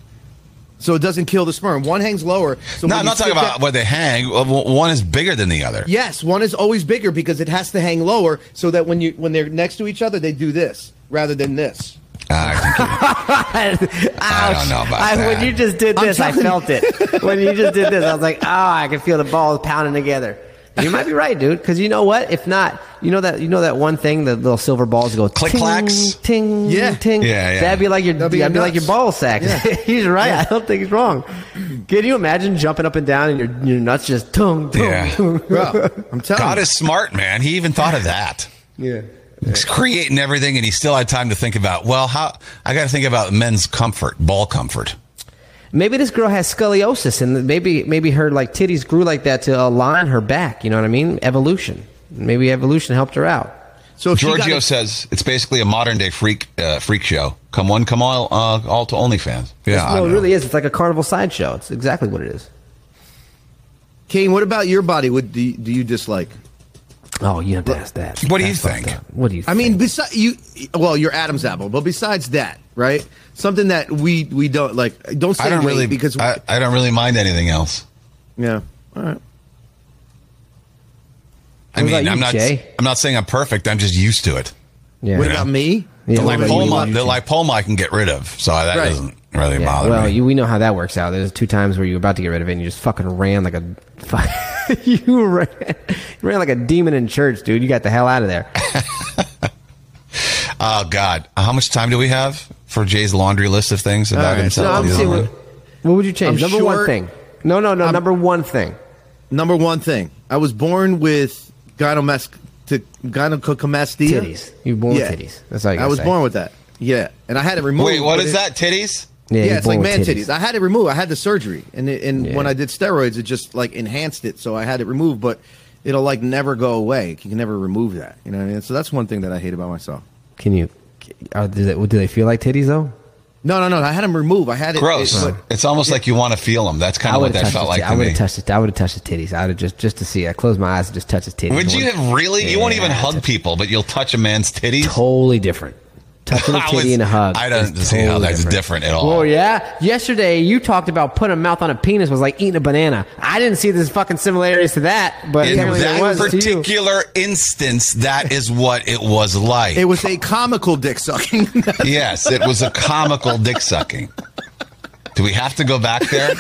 Speaker 5: So it doesn't kill the sperm. One hangs lower. So
Speaker 3: No,
Speaker 5: when
Speaker 3: I'm
Speaker 5: you
Speaker 3: not talking
Speaker 5: sit
Speaker 3: about
Speaker 5: down-
Speaker 3: where they hang. Uh, One is bigger than the other.
Speaker 5: Yes, one is always bigger because it has to hang lower so that when you when they're next to each other, they do this rather than this.
Speaker 3: I think
Speaker 4: I
Speaker 3: don't know about that.
Speaker 4: When you just did
Speaker 5: I'm
Speaker 4: this, I
Speaker 5: telling-
Speaker 4: felt it. When you just did this, I was like, oh, I can feel the balls pounding together. You might be right, dude. Because you know what? If not, you know that you know that one thing, the little silver balls go
Speaker 3: Click
Speaker 4: ting,
Speaker 3: clacks.
Speaker 4: ting,
Speaker 5: Yeah.
Speaker 4: ting.
Speaker 3: Yeah, yeah.
Speaker 4: That'd be like your
Speaker 5: That'd
Speaker 4: that'd
Speaker 5: be
Speaker 4: be,
Speaker 5: nuts.
Speaker 4: like your ball sack.
Speaker 5: Yeah.
Speaker 4: he's right. I don't think he's wrong. Can you imagine jumping up and down and your your nuts just tung, tung,
Speaker 3: Yeah.
Speaker 4: tung?
Speaker 5: Bro, I'm telling
Speaker 3: God
Speaker 5: you.
Speaker 3: is smart, man. He even thought of that.
Speaker 4: Yeah.
Speaker 3: He's creating everything, and he still had time to think about. Well, how I got to think about men's comfort, ball comfort.
Speaker 4: Maybe this girl has scoliosis, and maybe maybe her like titties grew like that to align her back. You know what I mean? Evolution. Maybe evolution helped her out.
Speaker 5: so if she got
Speaker 3: Giorgio
Speaker 5: a-
Speaker 3: says it's basically a modern day freak uh, freak show. Come one, come all, uh, all to OnlyFans. Yeah, I
Speaker 4: no,
Speaker 3: don't
Speaker 4: it
Speaker 3: know.
Speaker 4: really is. It's like a carnival sideshow. It's exactly what it is.
Speaker 5: Kane, what about your body? What do you, do you dislike?
Speaker 4: Oh, you have to ask that.
Speaker 3: What do you
Speaker 4: That's fucked
Speaker 3: think?
Speaker 4: up. What do you?
Speaker 5: I mean, besides you, well, you're Adam's apple, but besides that, right? Something that we we don't like. Don't say
Speaker 3: I don't
Speaker 5: rape
Speaker 3: really
Speaker 5: because
Speaker 3: I, I don't really mind anything else.
Speaker 5: yeah. All right.
Speaker 3: I
Speaker 4: What
Speaker 3: mean,
Speaker 4: about you,
Speaker 3: I'm not
Speaker 4: Jay?
Speaker 3: I'm not saying I'm perfect. I'm just used to it.
Speaker 4: yeah.
Speaker 5: What about me?
Speaker 4: Yeah,
Speaker 3: The
Speaker 4: what about you?
Speaker 3: lipoma, the lipoma, I can get rid of, so that
Speaker 5: Right.
Speaker 3: doesn't really
Speaker 4: Yeah,
Speaker 3: bother
Speaker 4: well,
Speaker 3: me.
Speaker 4: you, we know how that works out. There's two times where you were about to get rid of it, and you just fucking ran like a, fu- you ran, ran like a demon in church, dude. You got the hell out of there.
Speaker 3: oh God, how much time do we have for Jay's laundry list of things about
Speaker 4: Uh,
Speaker 5: right,
Speaker 4: No,
Speaker 3: himself?
Speaker 4: I'm
Speaker 3: He's
Speaker 4: saying,
Speaker 3: on
Speaker 4: what,
Speaker 3: the-
Speaker 4: what would you change?
Speaker 5: I'm
Speaker 4: number
Speaker 5: short.
Speaker 4: one thing. No, no, no. number one thing.
Speaker 5: Number one thing, I was born with gynomas to gynecomastia.
Speaker 4: Titties. You were born with titties. That's all you
Speaker 5: I
Speaker 4: gotta
Speaker 5: was
Speaker 4: say.
Speaker 5: born with that. Yeah, and I had it removed.
Speaker 3: Wait, what
Speaker 5: but
Speaker 3: is
Speaker 5: it-
Speaker 3: that? Titties?
Speaker 5: Yeah,
Speaker 4: you're
Speaker 5: it's
Speaker 4: born
Speaker 5: like
Speaker 4: with
Speaker 5: man titties. I had it removed. I had the surgery, and it, and
Speaker 4: Yeah.
Speaker 5: when I did steroids, it just like enhanced it. So I had it removed, but it'll like never go away. You can never remove that. You know what I mean? So that's one thing that I hate about myself.
Speaker 4: Can you? Are, do, they, do they feel like titties though?
Speaker 5: No, no, no. I had him remove. I had it.
Speaker 3: Gross.
Speaker 5: it- but-
Speaker 3: it's almost like you want to feel them. That's kind
Speaker 4: I
Speaker 3: of
Speaker 4: would
Speaker 3: what
Speaker 4: have
Speaker 3: that
Speaker 4: touched.
Speaker 3: felt
Speaker 4: his
Speaker 3: like
Speaker 4: tit-
Speaker 3: to
Speaker 4: I would
Speaker 3: me.
Speaker 4: have touched it. I would have touched the titties. I would have just just to see. I closed my eyes and just touched his titties.
Speaker 3: Would you
Speaker 4: Would've-
Speaker 3: have really? You won't even
Speaker 4: Yeah,
Speaker 3: hug people, but you'll touch a man's titties.
Speaker 4: Totally different. Touching a
Speaker 3: I
Speaker 4: titty
Speaker 3: was-
Speaker 4: and a hug.
Speaker 3: I don't
Speaker 4: is
Speaker 3: see how that's different at all.
Speaker 4: Oh yeah. Yesterday you talked about putting a mouth on a penis was like eating a banana. I didn't see this fucking similarities to that, but
Speaker 3: In
Speaker 4: apparently there
Speaker 3: that
Speaker 4: was to you.
Speaker 3: particular instance, that is what it was like.
Speaker 5: It was a comical dick sucking.
Speaker 3: yes, it was a comical dick sucking. Do we have to go back there?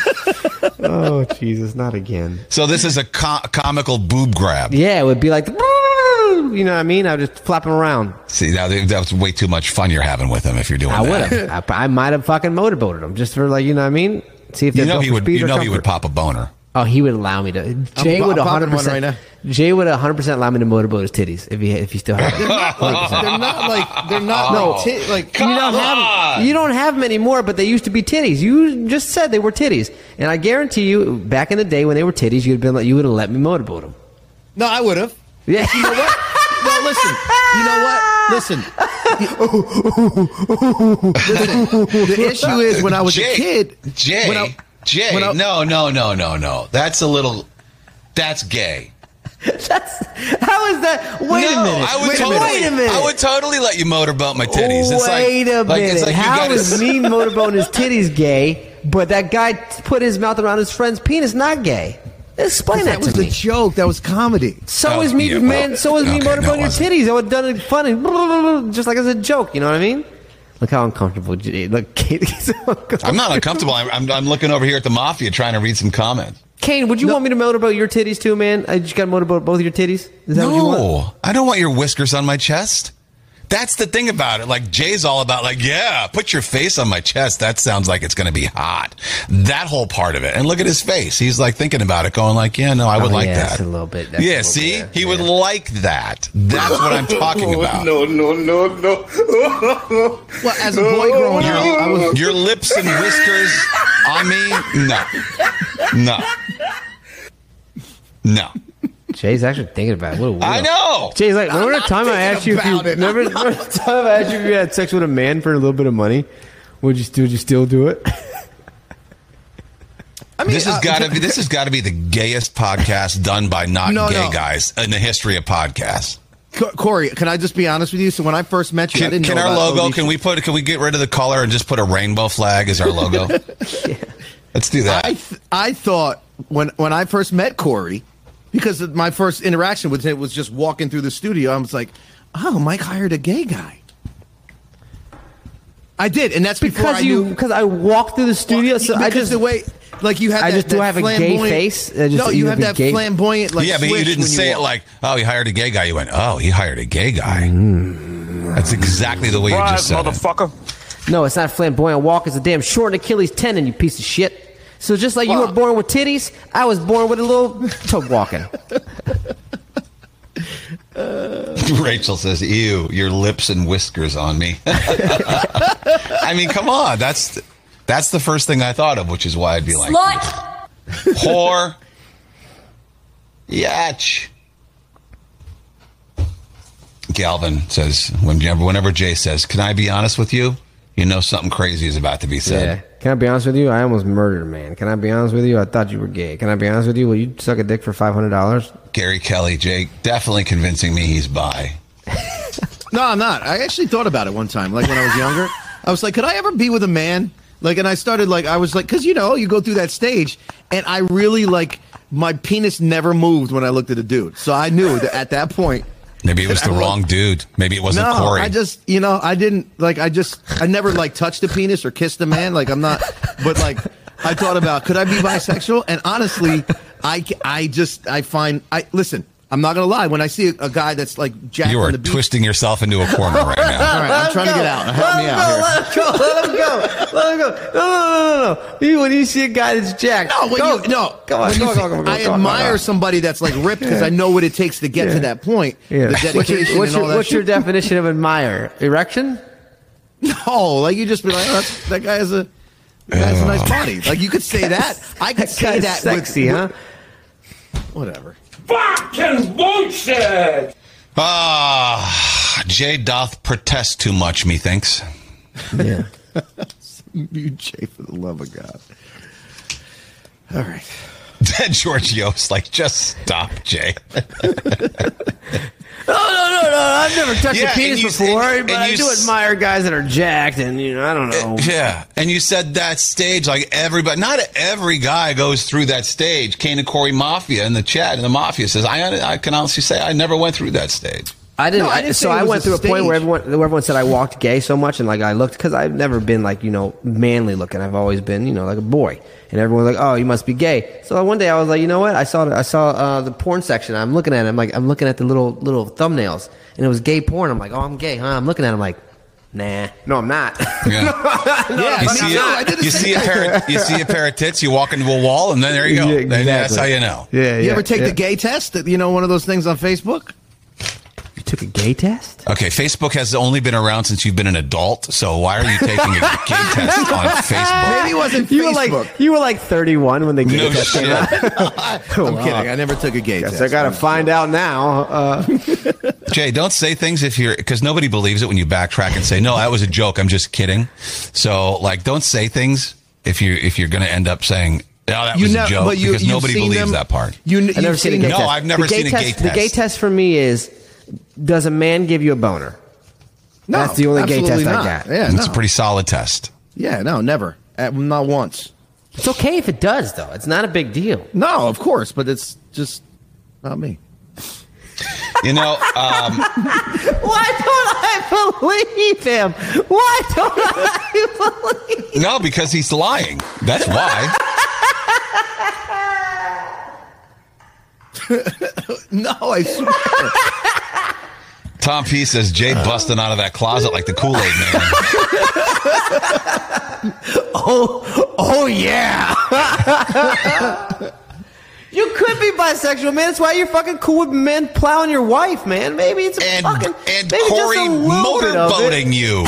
Speaker 4: Oh Jesus, not again.
Speaker 3: So this is a co- comical boob grab.
Speaker 4: Yeah, it would be like the woo! You know what I mean? I would just flap him around.
Speaker 3: See, now that- that's way too much fun you're having with him if you're doing
Speaker 4: I would
Speaker 3: that.
Speaker 4: have. I, I might have fucking motorboated him just for like you know what I mean. See if
Speaker 3: You
Speaker 4: they're
Speaker 3: know
Speaker 4: built
Speaker 3: he
Speaker 4: for
Speaker 3: would.
Speaker 4: speed
Speaker 3: You
Speaker 4: or
Speaker 3: know he would
Speaker 4: comfort.
Speaker 3: pop a boner.
Speaker 4: Oh, he would allow me to. Jay
Speaker 5: I'm
Speaker 4: would
Speaker 5: popping
Speaker 4: 100.
Speaker 5: one
Speaker 4: percent
Speaker 5: right now.
Speaker 4: Jay would 100 percent allow me to motorboat his titties if he if he still had.
Speaker 5: They're
Speaker 4: them.
Speaker 5: not like they're not like they're not
Speaker 4: No.
Speaker 3: Oh.
Speaker 5: like, ti- like
Speaker 4: You don't have you don't have many more, but they used to be titties. You just said they were titties, and I guarantee you, back in the day when they were titties, you'd been like you would have let me motorboat them.
Speaker 5: no, I would have.
Speaker 4: Yeah,
Speaker 5: You know what? No, listen. You know what? Listen. Listen. The issue is when I was
Speaker 3: Jay,
Speaker 5: a kid.
Speaker 3: Jay,
Speaker 5: when I-
Speaker 3: Jay,
Speaker 5: when I-
Speaker 3: no, no, no, no, no. That's a little. That's gay.
Speaker 4: that's how is that? Wait
Speaker 3: no,
Speaker 4: a minute.
Speaker 3: I would
Speaker 4: wait,
Speaker 3: totally,
Speaker 4: a minute. wait a minute.
Speaker 3: I would totally let you motorboat my titties. It's like,
Speaker 4: Wait a minute.
Speaker 3: like, it's like you
Speaker 4: How
Speaker 3: gotta
Speaker 4: is
Speaker 3: s-
Speaker 4: me motorboating his titties gay, but that guy t- put his mouth around his friend's penis not gay? Explain that,
Speaker 5: that was
Speaker 4: to
Speaker 5: the
Speaker 4: me.
Speaker 5: joke. That was comedy.
Speaker 4: so
Speaker 3: Oh,
Speaker 4: is me,
Speaker 3: yeah, well,
Speaker 4: man. So is me
Speaker 3: okay, no, it
Speaker 4: motorboating your
Speaker 3: wasn't.
Speaker 4: titties. I would have done it fun and just like as a joke. You know what I mean? Look how uncomfortable. J- Look, Kate, so uncomfortable.
Speaker 3: I'm not uncomfortable. I'm, I'm, I'm looking over here at the mafia trying to read some comments.
Speaker 4: Kane, would you want me to motorboat your titties too, man? I just got to motorboat both of your titties. Is that what you want?
Speaker 3: No, I don't want your whiskers on my chest. That's the thing about it. Like Jay's all about like, yeah, put your face on my chest. That sounds like it's going to be hot. That whole part of it. And look at his face. He's like thinking about it, going like, yeah, no, I would
Speaker 4: Oh,
Speaker 3: like
Speaker 4: yeah,
Speaker 3: that.
Speaker 4: that's a little bit- that's a
Speaker 3: yeah,
Speaker 4: little
Speaker 3: see,
Speaker 4: bit,
Speaker 3: he
Speaker 4: yeah.
Speaker 3: would like that. That's what I'm talking
Speaker 5: Oh,
Speaker 3: about.
Speaker 2: No, no, no, no.
Speaker 5: Well, as a boy growing up, I
Speaker 3: Your,
Speaker 5: was
Speaker 3: your lips and whiskers on me? No, no, no.
Speaker 4: Jay's actually thinking about it. What a weirdo.
Speaker 3: I know.
Speaker 4: Jay's like, remember the time I asked you if you
Speaker 5: about it.
Speaker 4: remember, remember the time I asked you if you had sex with a man for a little bit of money? Would you still would you still do it?
Speaker 5: I mean,
Speaker 3: this has
Speaker 5: uh,
Speaker 3: got to be this has got to be the gayest podcast done by not
Speaker 5: No,
Speaker 3: gay
Speaker 5: no.
Speaker 3: guys in the history of podcasts.
Speaker 5: Co- Corey, can I just be honest with you? So when I first met you, I
Speaker 3: Can,
Speaker 5: didn't
Speaker 3: can
Speaker 5: know
Speaker 3: our
Speaker 5: about
Speaker 3: logo?
Speaker 5: Alicia.
Speaker 3: Can we put? Can we get rid of the color and just put a rainbow flag as our logo? Let's do that.
Speaker 5: I th- I thought when when I first met Corey, because of my first interaction with him was just walking through the studio. I was like, oh, Mike hired a gay guy. I did, and that's before
Speaker 4: Because
Speaker 5: I
Speaker 4: you
Speaker 5: knew.
Speaker 4: because I walked through the studio, so I
Speaker 5: because
Speaker 4: just
Speaker 5: the way like you had.
Speaker 4: I
Speaker 5: that-
Speaker 4: just- do
Speaker 5: that
Speaker 4: I have a gay
Speaker 5: flamboyant-
Speaker 4: face? I just-
Speaker 5: no,
Speaker 4: you
Speaker 5: you
Speaker 4: have
Speaker 5: have
Speaker 4: a
Speaker 5: that
Speaker 4: gay-
Speaker 5: flamboyant. Like,
Speaker 3: yeah, but you
Speaker 5: switch
Speaker 3: didn't
Speaker 5: when
Speaker 3: say it
Speaker 5: walk.
Speaker 3: like, "Oh, he hired a gay guy." You went, "Oh, he hired a gay guy." That's exactly the way you just said it.
Speaker 4: No, it's not flamboyant walk, it's a damn short Achilles tendon, you piece of shit. So just like you were born with titties, I was born with a little tub walking.
Speaker 3: Rachel says, "Ew, your lips and whiskers on me." I mean, come on. That's that's the first thing I thought of, which is why I'd be like,
Speaker 6: Slut!
Speaker 3: whore. Yatch. Galvin says, whenever, whenever Jay says, Can I be honest with you? You know something crazy is about to be
Speaker 4: Yeah.
Speaker 3: said.
Speaker 4: Can I be honest with you? I almost murdered a man. Can I be honest with you? I thought you were gay. Can I be honest with you? Will you suck a dick for five hundred dollars?
Speaker 3: Gary Kelly, Jake, definitely convincing me he's bi.
Speaker 5: No, I'm not. I actually thought about it one time, like when I was younger. I was like, could I ever be with a man? Like, and I started like, I was like, because you know, you go through that stage, and I really like my penis never moved when I looked at a dude, so I knew that at that point.
Speaker 3: Maybe it was the wrong dude. Maybe it wasn't
Speaker 5: No,
Speaker 3: Corey.
Speaker 5: I just, you know, I didn't like, I just, I never like touched a penis or kissed a man. Like, I'm not, but like, I thought about could I be bisexual? And honestly, I, ca- I just, I find, I listen, I'm not gonna lie. When I see a, a guy that's like jacked
Speaker 3: you
Speaker 5: on
Speaker 3: are
Speaker 5: the beach,
Speaker 3: twisting yourself into a corner right
Speaker 5: All
Speaker 3: now.
Speaker 5: right, I'm trying to get out. Help me out here.
Speaker 4: Let him go. Let him go. Let him go. No, no, no, no, no. You, when you see a guy that's jacked,
Speaker 5: No, when
Speaker 4: go,
Speaker 5: you, no.
Speaker 4: Come on,
Speaker 5: When
Speaker 4: go, go,
Speaker 5: you see-
Speaker 4: go, go, go,
Speaker 5: I
Speaker 4: go,
Speaker 5: admire
Speaker 4: go.
Speaker 5: somebody that's like ripped because I know what it takes to get
Speaker 4: Yeah.
Speaker 5: to that point.
Speaker 4: Yeah.
Speaker 5: The dedication
Speaker 4: What's your, what's
Speaker 5: and all
Speaker 4: your,
Speaker 5: that.
Speaker 4: what's your
Speaker 5: shit.
Speaker 4: definition of admire? Erection?
Speaker 5: no, like you just be like, oh, that's- that guy has a that guy's a nice body. Like you could say that. I could say
Speaker 4: Kinda
Speaker 5: that.
Speaker 4: Uh. sexy,
Speaker 5: with,
Speaker 4: huh?
Speaker 5: with- Whatever.
Speaker 7: Fucking bullshit!
Speaker 3: Ah, Jay doth protest too much, methinks.
Speaker 4: yeah.
Speaker 5: You Jay, for the love of God. All right.
Speaker 3: Giorgio's like, just stop, Jay.
Speaker 4: No, no, no, no. I've never touched
Speaker 3: Yeah,
Speaker 4: a penis
Speaker 3: and you-
Speaker 4: before,
Speaker 3: and-
Speaker 4: but
Speaker 3: and
Speaker 4: I
Speaker 3: you
Speaker 4: do
Speaker 3: s-
Speaker 4: admire guys that are jacked, and you know, I
Speaker 5: Eh,
Speaker 4: don't know.
Speaker 3: Yeah, and you said that stage like everybody. Not every guy goes through that stage. Kane and Corey Mafia in the chat in the Mafia says, "I, I can honestly say I never went through that stage."
Speaker 4: I didn't.
Speaker 5: No, I
Speaker 4: I
Speaker 5: didn't
Speaker 4: so
Speaker 5: say it
Speaker 4: I
Speaker 5: was
Speaker 4: went
Speaker 5: a
Speaker 4: through a point
Speaker 5: stage.
Speaker 4: where everyone, where everyone said I walked gay so much, and like I looked because I've never been like you know manly looking. I've always been you know like a boy, and everyone's like, "Oh, you must be gay." So one day I was like, you know what? I saw I saw uh, the porn section. I'm looking at it. I'm like, I'm looking at the little little thumbnails, and it was gay porn. I'm like, "Oh, I'm gay, huh?" I'm looking at. It, I'm like, "Nah, no, I'm not."
Speaker 3: Yeah.
Speaker 4: No,
Speaker 5: Yeah,
Speaker 3: You
Speaker 4: I'm
Speaker 5: But
Speaker 4: not.
Speaker 3: see,
Speaker 5: no, I
Speaker 3: it,
Speaker 5: did the
Speaker 3: you
Speaker 5: same
Speaker 3: see a pair of, you see a pair of tits, you walk into a wall, and then there you go.
Speaker 4: Yeah,
Speaker 3: Then that's
Speaker 4: exactly.
Speaker 3: how you know.
Speaker 4: Yeah,
Speaker 5: you
Speaker 4: yeah,
Speaker 5: ever take
Speaker 4: yeah.
Speaker 5: the gay test? That you know, one of those things on Facebook.
Speaker 4: You took a gay test?
Speaker 3: Okay, Facebook has only been around since you've been an adult, so why are you taking a gay test on Facebook?
Speaker 5: Maybe it wasn't
Speaker 4: You were
Speaker 5: Facebook.
Speaker 4: like you were like 31 when the gay
Speaker 3: No
Speaker 4: test came out.
Speaker 3: shit.
Speaker 5: I'm kidding. I never took a gay
Speaker 4: Guess
Speaker 5: test.
Speaker 4: Oh, I gotta find out now. Uh,
Speaker 3: Jay, don't say things if you're because nobody believes it when you backtrack and say, No, that was a joke, I'm just kidding. So like don't say things if you if you're gonna end up saying no, that was a
Speaker 5: nev-
Speaker 3: joke because
Speaker 5: you've
Speaker 3: nobody
Speaker 5: seen
Speaker 3: believes
Speaker 5: them-
Speaker 3: that part.
Speaker 5: You,
Speaker 4: I never seen a gay
Speaker 3: No,
Speaker 4: test.
Speaker 3: I've never
Speaker 4: The gay
Speaker 3: seen a gay
Speaker 4: The gay
Speaker 3: test.
Speaker 4: test for me is: Does a man give you a boner? That's the only gay test I got.
Speaker 5: Yeah,
Speaker 3: It's
Speaker 5: no.
Speaker 3: a pretty solid test.
Speaker 5: yeah, no, never. Uh, not once.
Speaker 4: It's okay if it does, though. It's not a big deal.
Speaker 5: No, of course, but it's just not me.
Speaker 3: You know, um,
Speaker 4: Why don't I believe him? Why don't I believe?
Speaker 3: no, because he's lying. That's why.
Speaker 5: No, Oh, I swear.
Speaker 3: Tom P says Jay busting out of that closet like the Kool Aid Man.
Speaker 4: Oh, oh yeah. you could be bisexual, man. That's why you're fucking cool with men plowing your wife, man. Maybe it's a
Speaker 3: and
Speaker 4: fucking
Speaker 3: and
Speaker 4: maybe
Speaker 3: Corey
Speaker 4: just a little bit of it.
Speaker 3: motorboating you.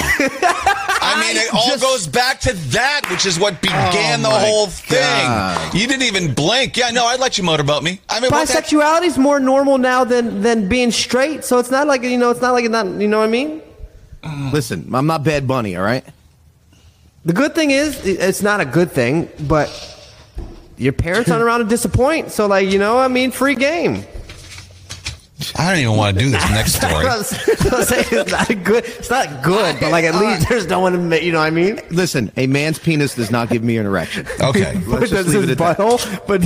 Speaker 3: I mean, it all
Speaker 5: just-
Speaker 3: goes back to that, which is what began
Speaker 5: Oh,
Speaker 3: the
Speaker 5: my
Speaker 3: whole
Speaker 5: God.
Speaker 3: thing. You didn't even blink. Yeah, no, I'd let you motorboat me. I mean, what the-
Speaker 4: bisexuality is more normal now than than being straight. So it's not like you know, it's not like it's not. You know what I mean?
Speaker 5: Listen, I'm not Bad Bunny, all right?
Speaker 4: The good thing is, it- it's not a good thing, but your parents aren't around to disappoint. So like, you know, I mean, free game.
Speaker 3: I don't even want to do this next story.
Speaker 4: I'm saying it's not good. It's not good, but like at least there's no one to make. You know what I mean?
Speaker 5: Listen, a man's penis does not give me an erection.
Speaker 3: Okay.
Speaker 5: Let's
Speaker 4: That's
Speaker 5: just leave
Speaker 4: his
Speaker 5: it at that.
Speaker 4: butthole, But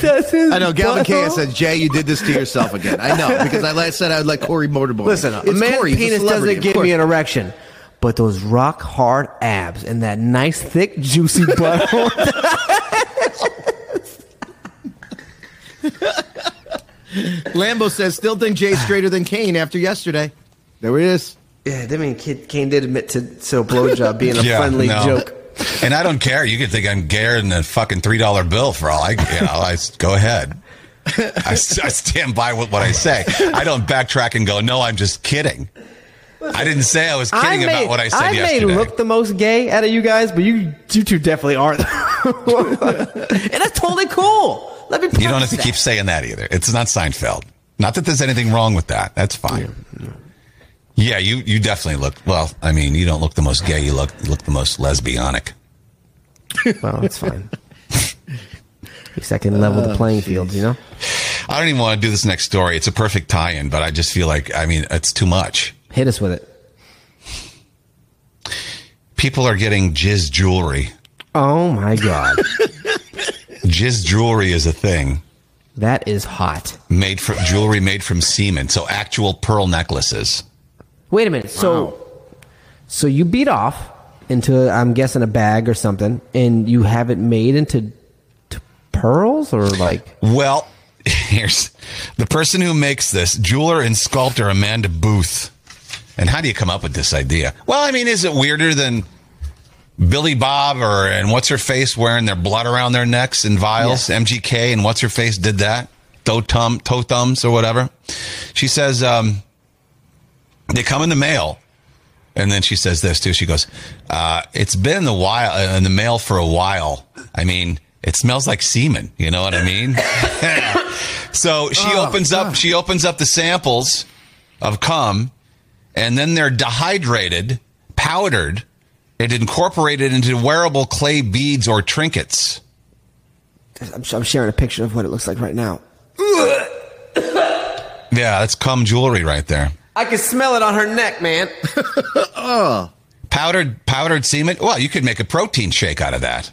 Speaker 4: that's his
Speaker 5: I know Galvin K
Speaker 4: butthole.
Speaker 5: said, Jay, you did this to yourself again. I know, because I last said I would like Corey motorboat.
Speaker 4: Listen, a
Speaker 5: It's
Speaker 4: man's
Speaker 5: Corey, he's a
Speaker 4: penis
Speaker 5: celebrity,
Speaker 4: doesn't
Speaker 5: of
Speaker 4: give
Speaker 5: course.
Speaker 4: me an erection, but those rock hard abs and that nice thick juicy butthole.
Speaker 5: Lambo says, still think Jay's straighter than Kane after yesterday. There it is.
Speaker 4: yeah, I mean, Kid Kane did admit to to a blowjob being a
Speaker 3: Yeah,
Speaker 4: friendly
Speaker 3: no.
Speaker 4: joke.
Speaker 3: And I don't care. You could think I'm gayer than a fucking three dollar bill for all I. You know, I go ahead. I, s- I stand by with what I say. I don't backtrack and go, no, I'm just kidding. I didn't say I was kidding about what I said
Speaker 4: I may
Speaker 3: yesterday.
Speaker 4: look the most gay out of you guys, but you you two definitely aren't. and that's totally cool. Let me.
Speaker 3: You don't have
Speaker 4: preface
Speaker 3: to
Speaker 4: that.
Speaker 3: keep saying that either. It's not Seinfeld. Not that there's anything wrong with that. That's fine. Yeah, you you definitely look. Well, I mean, you don't look the most gay. You look you look the most lesbianic.
Speaker 4: Well, it's fine. Oh, At least I can level the playing field, you know.
Speaker 3: I don't even want to do this next story. It's a perfect tie-in, but I just feel like I mean, it's too much.
Speaker 4: Hit us with it.
Speaker 3: People are getting jizz jewelry.
Speaker 4: Oh my god,
Speaker 3: Jizz jewelry is a thing
Speaker 4: that is hot.
Speaker 3: made from jewelry made from semen. So actual pearl necklaces.
Speaker 4: Wait a minute. So, so you beat off into I'm guessing a bag or something, and you have it made into to pearls or like
Speaker 3: Well, here's the person who makes this jeweler and sculptor Amanda Booth. And how do you come up with this idea? Well, I mean, is it weirder than Billy Bob or and what's her face wearing their blood around their necks in vials? MGK and what's her face did that? Toe tum, toe thumbs or whatever. She says um, they come in the mail. And then she says this too. She goes, uh, "It's been in the while uh, in the mail for a while. I mean, it smells like semen. You know what I mean?" so she opens up. She opens up the samples of cum, and then they're dehydrated, powdered, and incorporated into wearable clay beads or trinkets.
Speaker 4: I'm, I'm sharing a picture of what it looks like right now.
Speaker 3: Yeah, that's cum jewelry right there.
Speaker 4: I can smell it on her neck, man.
Speaker 3: Powdered powdered semen. Well, you could make a protein shake out of that.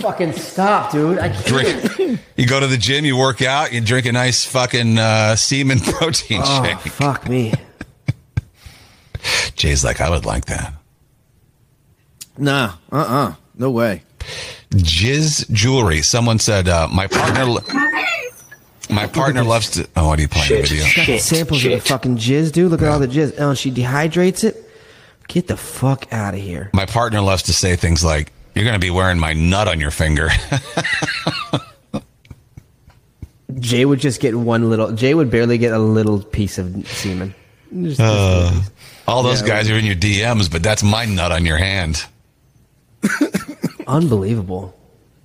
Speaker 4: Fucking stop, dude. I can't.
Speaker 3: Drink. you go to the gym, you work out, you drink a nice fucking uh, semen protein
Speaker 4: Oh,
Speaker 3: shake.
Speaker 4: fuck me.
Speaker 3: Jay's like, I would like that.
Speaker 5: Nah, uh, uh no way.
Speaker 3: Jizz jewelry. Someone said uh, my partner. lo- my partner loves to. Oh, what are you playing a video?
Speaker 4: Got samples of the fucking jizz, dude. Look at all the jizz. Oh, she dehydrates it. Get the fuck out of here.
Speaker 3: My partner loves to say things like, "You're going to be wearing my nut on your finger."
Speaker 4: Jay would just get one little. Jay would barely get a little piece of semen. Just-
Speaker 3: Uh.
Speaker 4: just-
Speaker 3: All those guys are in your DMs, but that's my nut on your hand.
Speaker 4: Unbelievable.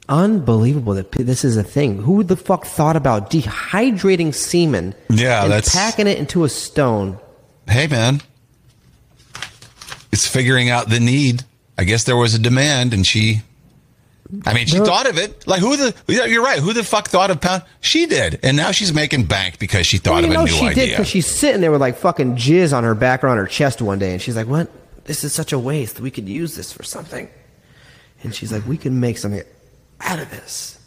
Speaker 4: Unbelievable that p- this is a thing. Who the fuck thought about dehydrating semen?
Speaker 3: Yeah,
Speaker 4: and
Speaker 3: that's-
Speaker 4: packing it into a stone.
Speaker 3: Hey, man, it's figuring out the need. I guess there was a demand, and she. I mean, she thought of it. Like who the? yeah, You're right. Who the fuck thought of pound? She did, and now she's making bank because she thought
Speaker 4: you
Speaker 3: of a
Speaker 4: know
Speaker 3: new
Speaker 4: she did
Speaker 3: idea.
Speaker 4: because she's sitting there with like fucking jizz on her back or on her chest one day, and she's like, "What? This is such a waste. We could use this for something." And she's like, "We can make something out of this."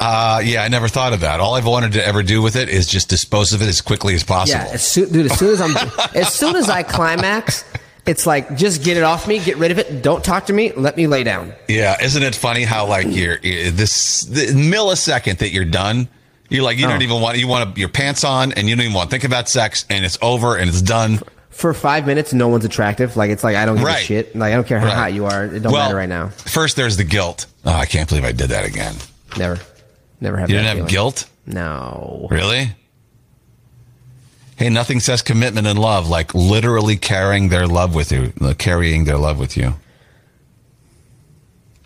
Speaker 3: Uh, yeah, I never thought of that. All I've wanted to ever do with it is just dispose of it as quickly as possible.
Speaker 4: Yeah, as soon, dude. As soon as I'm, as soon as I climax, it's like just get it off me, get rid of it. Don't talk to me. Let me lay down.
Speaker 3: Yeah, isn't it funny how like you're you're- this the millisecond that you're done, you're like you
Speaker 4: Oh.
Speaker 3: don't even want you want your pants on and you don't even want to think about sex and it's over and it's done.
Speaker 4: for five minutes, no one's attractive. Like it's like I don't give
Speaker 3: Right.
Speaker 4: a shit. Like I don't care how
Speaker 3: Right.
Speaker 4: hot you are. It don't
Speaker 3: Well,
Speaker 4: matter right now.
Speaker 3: First, there's the guilt. Oh, I can't believe I did that again.
Speaker 4: Never, never have.
Speaker 3: You
Speaker 4: that
Speaker 3: didn't have
Speaker 4: feeling.
Speaker 3: guilt,
Speaker 4: No.
Speaker 3: really? Hey, nothing says commitment and love like literally carrying their love with you, like, carrying their love with you.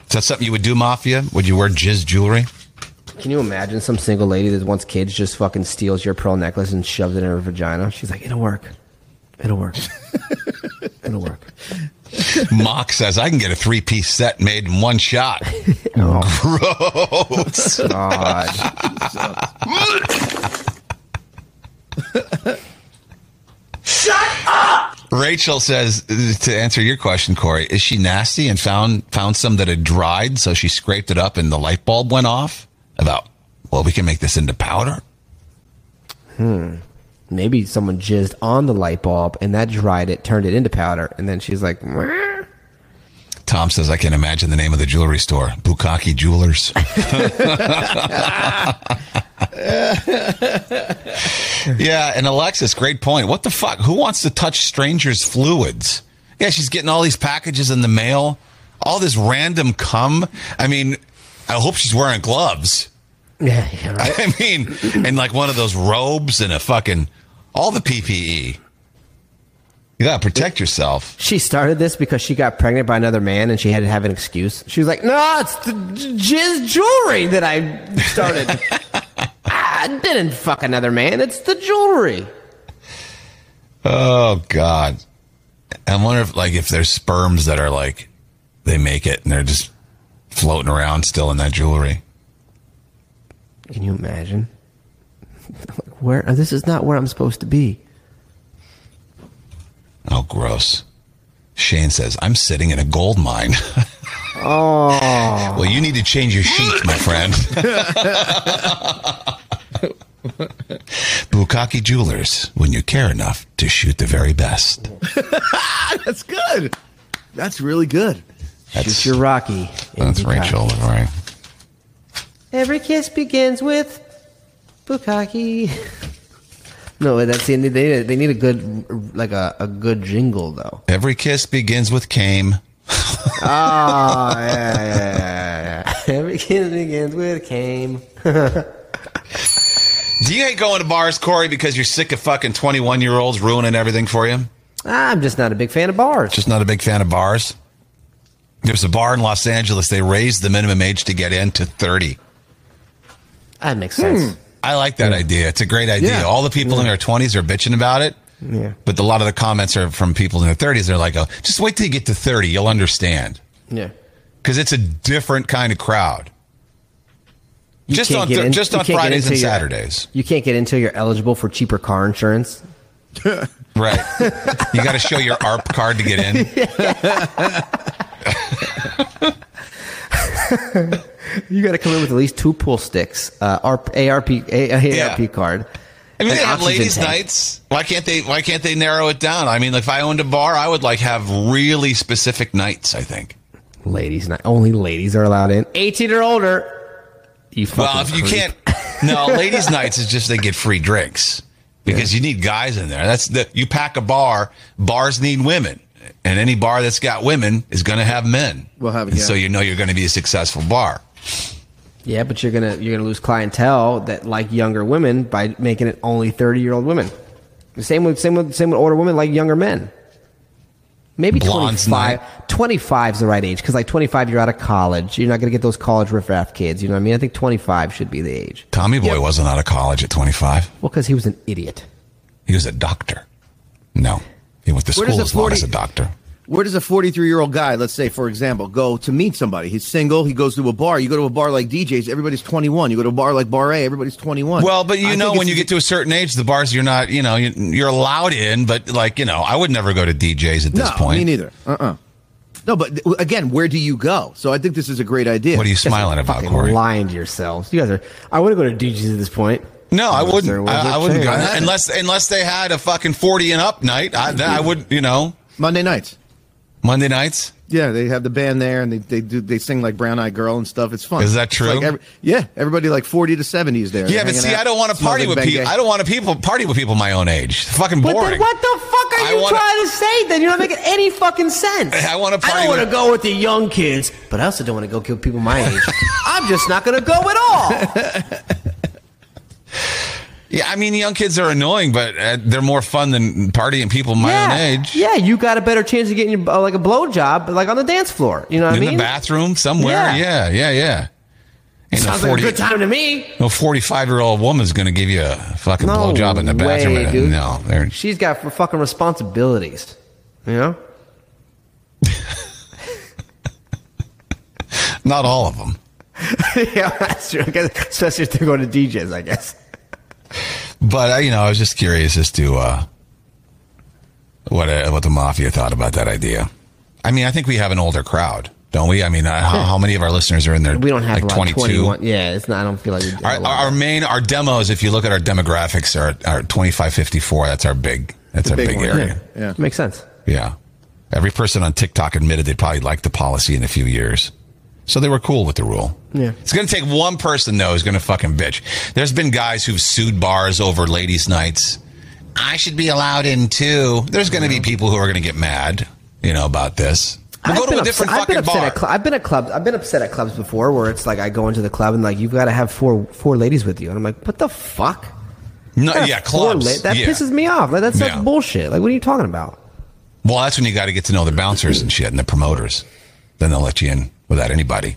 Speaker 3: Is that something you would do, Mafia? Would you wear jizz jewelry?
Speaker 4: Can you imagine some single lady that wants kids just fucking steals your pearl necklace and shoves it in her vagina? She's like, it'll work. It'll work. it'll work.
Speaker 3: Mock says I can get a three piece set made in one shot.
Speaker 4: Oh
Speaker 3: Gross.
Speaker 4: God.
Speaker 3: Rachel says uh, to answer your question, Corey, is she nasty and found found some that had dried, so she scraped it up and the light bulb went off? About well, we can make this into powder.
Speaker 4: Maybe someone jizzed on the light bulb and that dried it, turned it into powder, and then she's like, "Meh."
Speaker 3: Tom says I can imagine the name of the jewelry store, Bukaki Jewelers. yeah, and Alexis, great point. What the fuck? Who wants to touch strangers' fluids? Yeah, she's getting all these packages in the mail, all this random cum. I mean, I hope she's wearing gloves.
Speaker 4: yeah, yeah, right.
Speaker 3: I mean, and like one of those robes and a fucking all the PPE. You gotta protect yourself.
Speaker 4: She started this because she got pregnant by another man and she had to have an excuse. She was like, "No, it's the j- jizz jewelry that I started. Ah, I didn't fuck another man. It's the jewelry."
Speaker 3: Oh God, I wonder if like if there's sperms that are like they make it and they're just floating around still in that jewelry.
Speaker 4: Can you imagine? Like, where uh, this is not where I'm supposed to be.
Speaker 3: Oh, gross. Shane says I'm sitting in a gold mine. oh. Well, you need to change your sheet, my friend. Bukaki Jewelers, when you care enough to shoot the very best.
Speaker 5: That's good. That's really good.
Speaker 3: That's,
Speaker 4: Shoot your Rocky. in
Speaker 3: that's
Speaker 4: Bukkake.
Speaker 3: Rachel, right?
Speaker 4: Every kiss begins with Bukaki. no, that's the they they need a good like a, a good jingle though.
Speaker 3: Every kiss begins with came.
Speaker 5: Ah.
Speaker 4: Oh, yeah, yeah, yeah, yeah. Every kiss begins with Ah, came.
Speaker 3: Do you hate going to bars, Corey, because you're sick of fucking 21 year olds ruining everything for you?
Speaker 4: I'm just not a big fan of bars.
Speaker 3: Just not a big fan of bars. There's a bar in Los Angeles, they raised the minimum age to get in to 30.
Speaker 4: That makes sense.
Speaker 5: Hmm.
Speaker 3: I like that idea. It's a great idea.
Speaker 5: Yeah.
Speaker 3: All the people in their 20s are bitching about it.
Speaker 4: Yeah.
Speaker 3: But a lot of the comments are from people in their 30s. They're like, oh, just wait till you get to 30. You'll understand.
Speaker 4: Yeah.
Speaker 3: Because it's a different kind of crowd.
Speaker 4: you
Speaker 3: Just
Speaker 4: can't
Speaker 3: on
Speaker 4: get
Speaker 3: th-
Speaker 4: in-
Speaker 3: just
Speaker 4: you
Speaker 3: on
Speaker 4: can't get
Speaker 3: Fridays and
Speaker 4: until you're-
Speaker 3: Saturdays.
Speaker 4: You can't get until you're eligible for cheaper car insurance.
Speaker 3: Right. you got to show your ARP card to get in.
Speaker 4: You got to come in with at least two pool sticks, uh, ARP, ARP, ARP
Speaker 3: Yeah.
Speaker 4: card.
Speaker 3: I mean,
Speaker 4: an
Speaker 3: they have
Speaker 4: oxygen
Speaker 3: ladies'
Speaker 4: tank.
Speaker 3: nights. Why can't they? Why can't they narrow it down? I mean, like if I owned a bar, I would like have really specific nights. I think.
Speaker 4: Ladies, not only ladies are allowed in. 18 or older. You fucking
Speaker 3: Well, if you
Speaker 4: creep.
Speaker 3: can't, no, ladies' nights is just they get free drinks because you need guys in there. That's the you pack a bar. Bars need women, and any bar that's got women is going to have men.
Speaker 5: We'll have-
Speaker 3: And
Speaker 5: yeah.
Speaker 3: So you know you're going to be a successful bar.
Speaker 4: Yeah, but you're gonna you're gonna lose clientele that like younger women by making it only thirty year old women. The Same with same with same with older women like younger men. Maybe
Speaker 3: Blondes
Speaker 4: 25. 25 is the right age because like twenty five you're out of college. You're not gonna get those college riffraff kids. You know what I mean? I think twenty five should be the age.
Speaker 3: Tommy Boy wasn't out of college at 25.
Speaker 4: Well, because he was an idiot.
Speaker 3: He was a doctor. No, he went to
Speaker 5: Where does
Speaker 3: school
Speaker 5: the
Speaker 3: as long
Speaker 5: 40
Speaker 3: as a doctor.
Speaker 5: Where does a 43 year old guy, let's say, for example, go to meet somebody? He's single. He goes to a bar. You go to a bar like DJ's, everybody's 21. You go to a bar like Bar A, everybody's 21.
Speaker 3: Well, but you
Speaker 5: I
Speaker 3: know,
Speaker 5: think
Speaker 3: when you
Speaker 5: it's-
Speaker 3: get to a certain age, the bars you're not, you know, you- you're allowed in, but like, you know, I would never go to DJs at this
Speaker 5: no,
Speaker 3: point.
Speaker 5: me neither. Uh uh No, but th- again, where do you go? So I think this is a great idea.
Speaker 3: What are you smiling about,
Speaker 4: Fucking
Speaker 3: Corey?
Speaker 4: lying to yourselves. You guys are. I would go to DJs at this point.
Speaker 3: No, I
Speaker 4: Unless there
Speaker 3: wouldn't.
Speaker 4: was
Speaker 3: I,
Speaker 4: a
Speaker 3: I wouldn't
Speaker 4: chair.
Speaker 3: go unless unless they had a fucking forty and up night. I, then I would, you know,
Speaker 5: Monday nights.
Speaker 3: Monday nights.
Speaker 5: Yeah, they have the band there, and they, they do they sing like Brown Eyed Girl and stuff. It's fun.
Speaker 3: Is that
Speaker 5: It's
Speaker 3: true?
Speaker 5: like every- yeah, everybody like forty to seventy is there.
Speaker 3: Yeah,
Speaker 5: They're
Speaker 3: but
Speaker 5: hanging
Speaker 3: see,
Speaker 5: out,
Speaker 3: I don't want to
Speaker 5: smells
Speaker 3: party
Speaker 5: like
Speaker 3: with people.
Speaker 5: Bengay.
Speaker 3: I don't want to people party with people my own age. It's fucking
Speaker 4: But
Speaker 3: boring.
Speaker 4: then what the fuck are
Speaker 3: I
Speaker 4: you
Speaker 3: wanna-
Speaker 4: trying to say? Then you're not making any fucking sense.
Speaker 3: I wanna
Speaker 4: I
Speaker 3: party
Speaker 4: don't want to
Speaker 3: with-
Speaker 4: go with the young kids, but I also don't want to go kill people my age. I'm just not going to go at all.
Speaker 3: Yeah, I mean, young kids are annoying, but uh, they're more fun than partying people my
Speaker 4: yeah,
Speaker 3: own age.
Speaker 4: yeah, you got a better chance of getting uh, like a blowjob, like on the dance floor. You know what
Speaker 3: in
Speaker 4: I mean?
Speaker 3: the bathroom somewhere. Yeah,
Speaker 4: Yeah.
Speaker 3: yeah, yeah. Ain't
Speaker 4: Sounds like a good time to me.
Speaker 3: No 45 year old woman's going to give you a fucking
Speaker 4: No
Speaker 3: blowjob in the
Speaker 4: way,
Speaker 3: bathroom.
Speaker 4: dude.
Speaker 3: No, they're-
Speaker 4: She's got f- fucking responsibilities. You know?
Speaker 3: not all of them.
Speaker 4: yeah, that's true. I guess, especially if they're going to DJs, I guess.
Speaker 3: But, uh, you know, I was just curious as to uh, what, uh, what the mafia thought about that idea. I mean, I think we have an older crowd, don't we? I mean, uh, how, how many of our listeners are in there?
Speaker 4: We don't have
Speaker 3: like
Speaker 4: a lot of
Speaker 3: 22.
Speaker 4: 21. Yeah, it's not. I don't feel like we do.
Speaker 3: Our, our our main, our demos, if you look at our demographics, are, are 25, 54. That's our big, that's our
Speaker 5: big
Speaker 3: big,
Speaker 5: one,
Speaker 3: area.
Speaker 5: Yeah.
Speaker 4: makes sense.
Speaker 3: Yeah. Every person on TikTok admitted they probably liked the policy in a few years. So they were cool with the rule.
Speaker 4: Yeah.
Speaker 3: It's going to take one person, though, who's going to fucking bitch. There's been guys who've sued bars over ladies' nights. I should be allowed in too. There's going to be people who are going to get mad, you know, about this. Well, go to a
Speaker 4: upset-
Speaker 3: different
Speaker 4: I've been
Speaker 3: fucking
Speaker 4: upset
Speaker 3: bar.
Speaker 4: At cl- I've been at clubs. I've been upset at clubs before where it's like I go into the club and like you've got to have four four ladies with you, and I'm like, what the fuck?
Speaker 3: no,
Speaker 4: Gotta
Speaker 3: Uh, yeah,
Speaker 4: four
Speaker 3: clubs.
Speaker 4: la- that
Speaker 3: yeah.
Speaker 4: pisses me off. Like that's
Speaker 3: Yeah.
Speaker 4: like bullshit. Like what are you talking about?
Speaker 3: Well, that's when you got to get to know the bouncers and shit and the promoters. Then they'll let you in without anybody.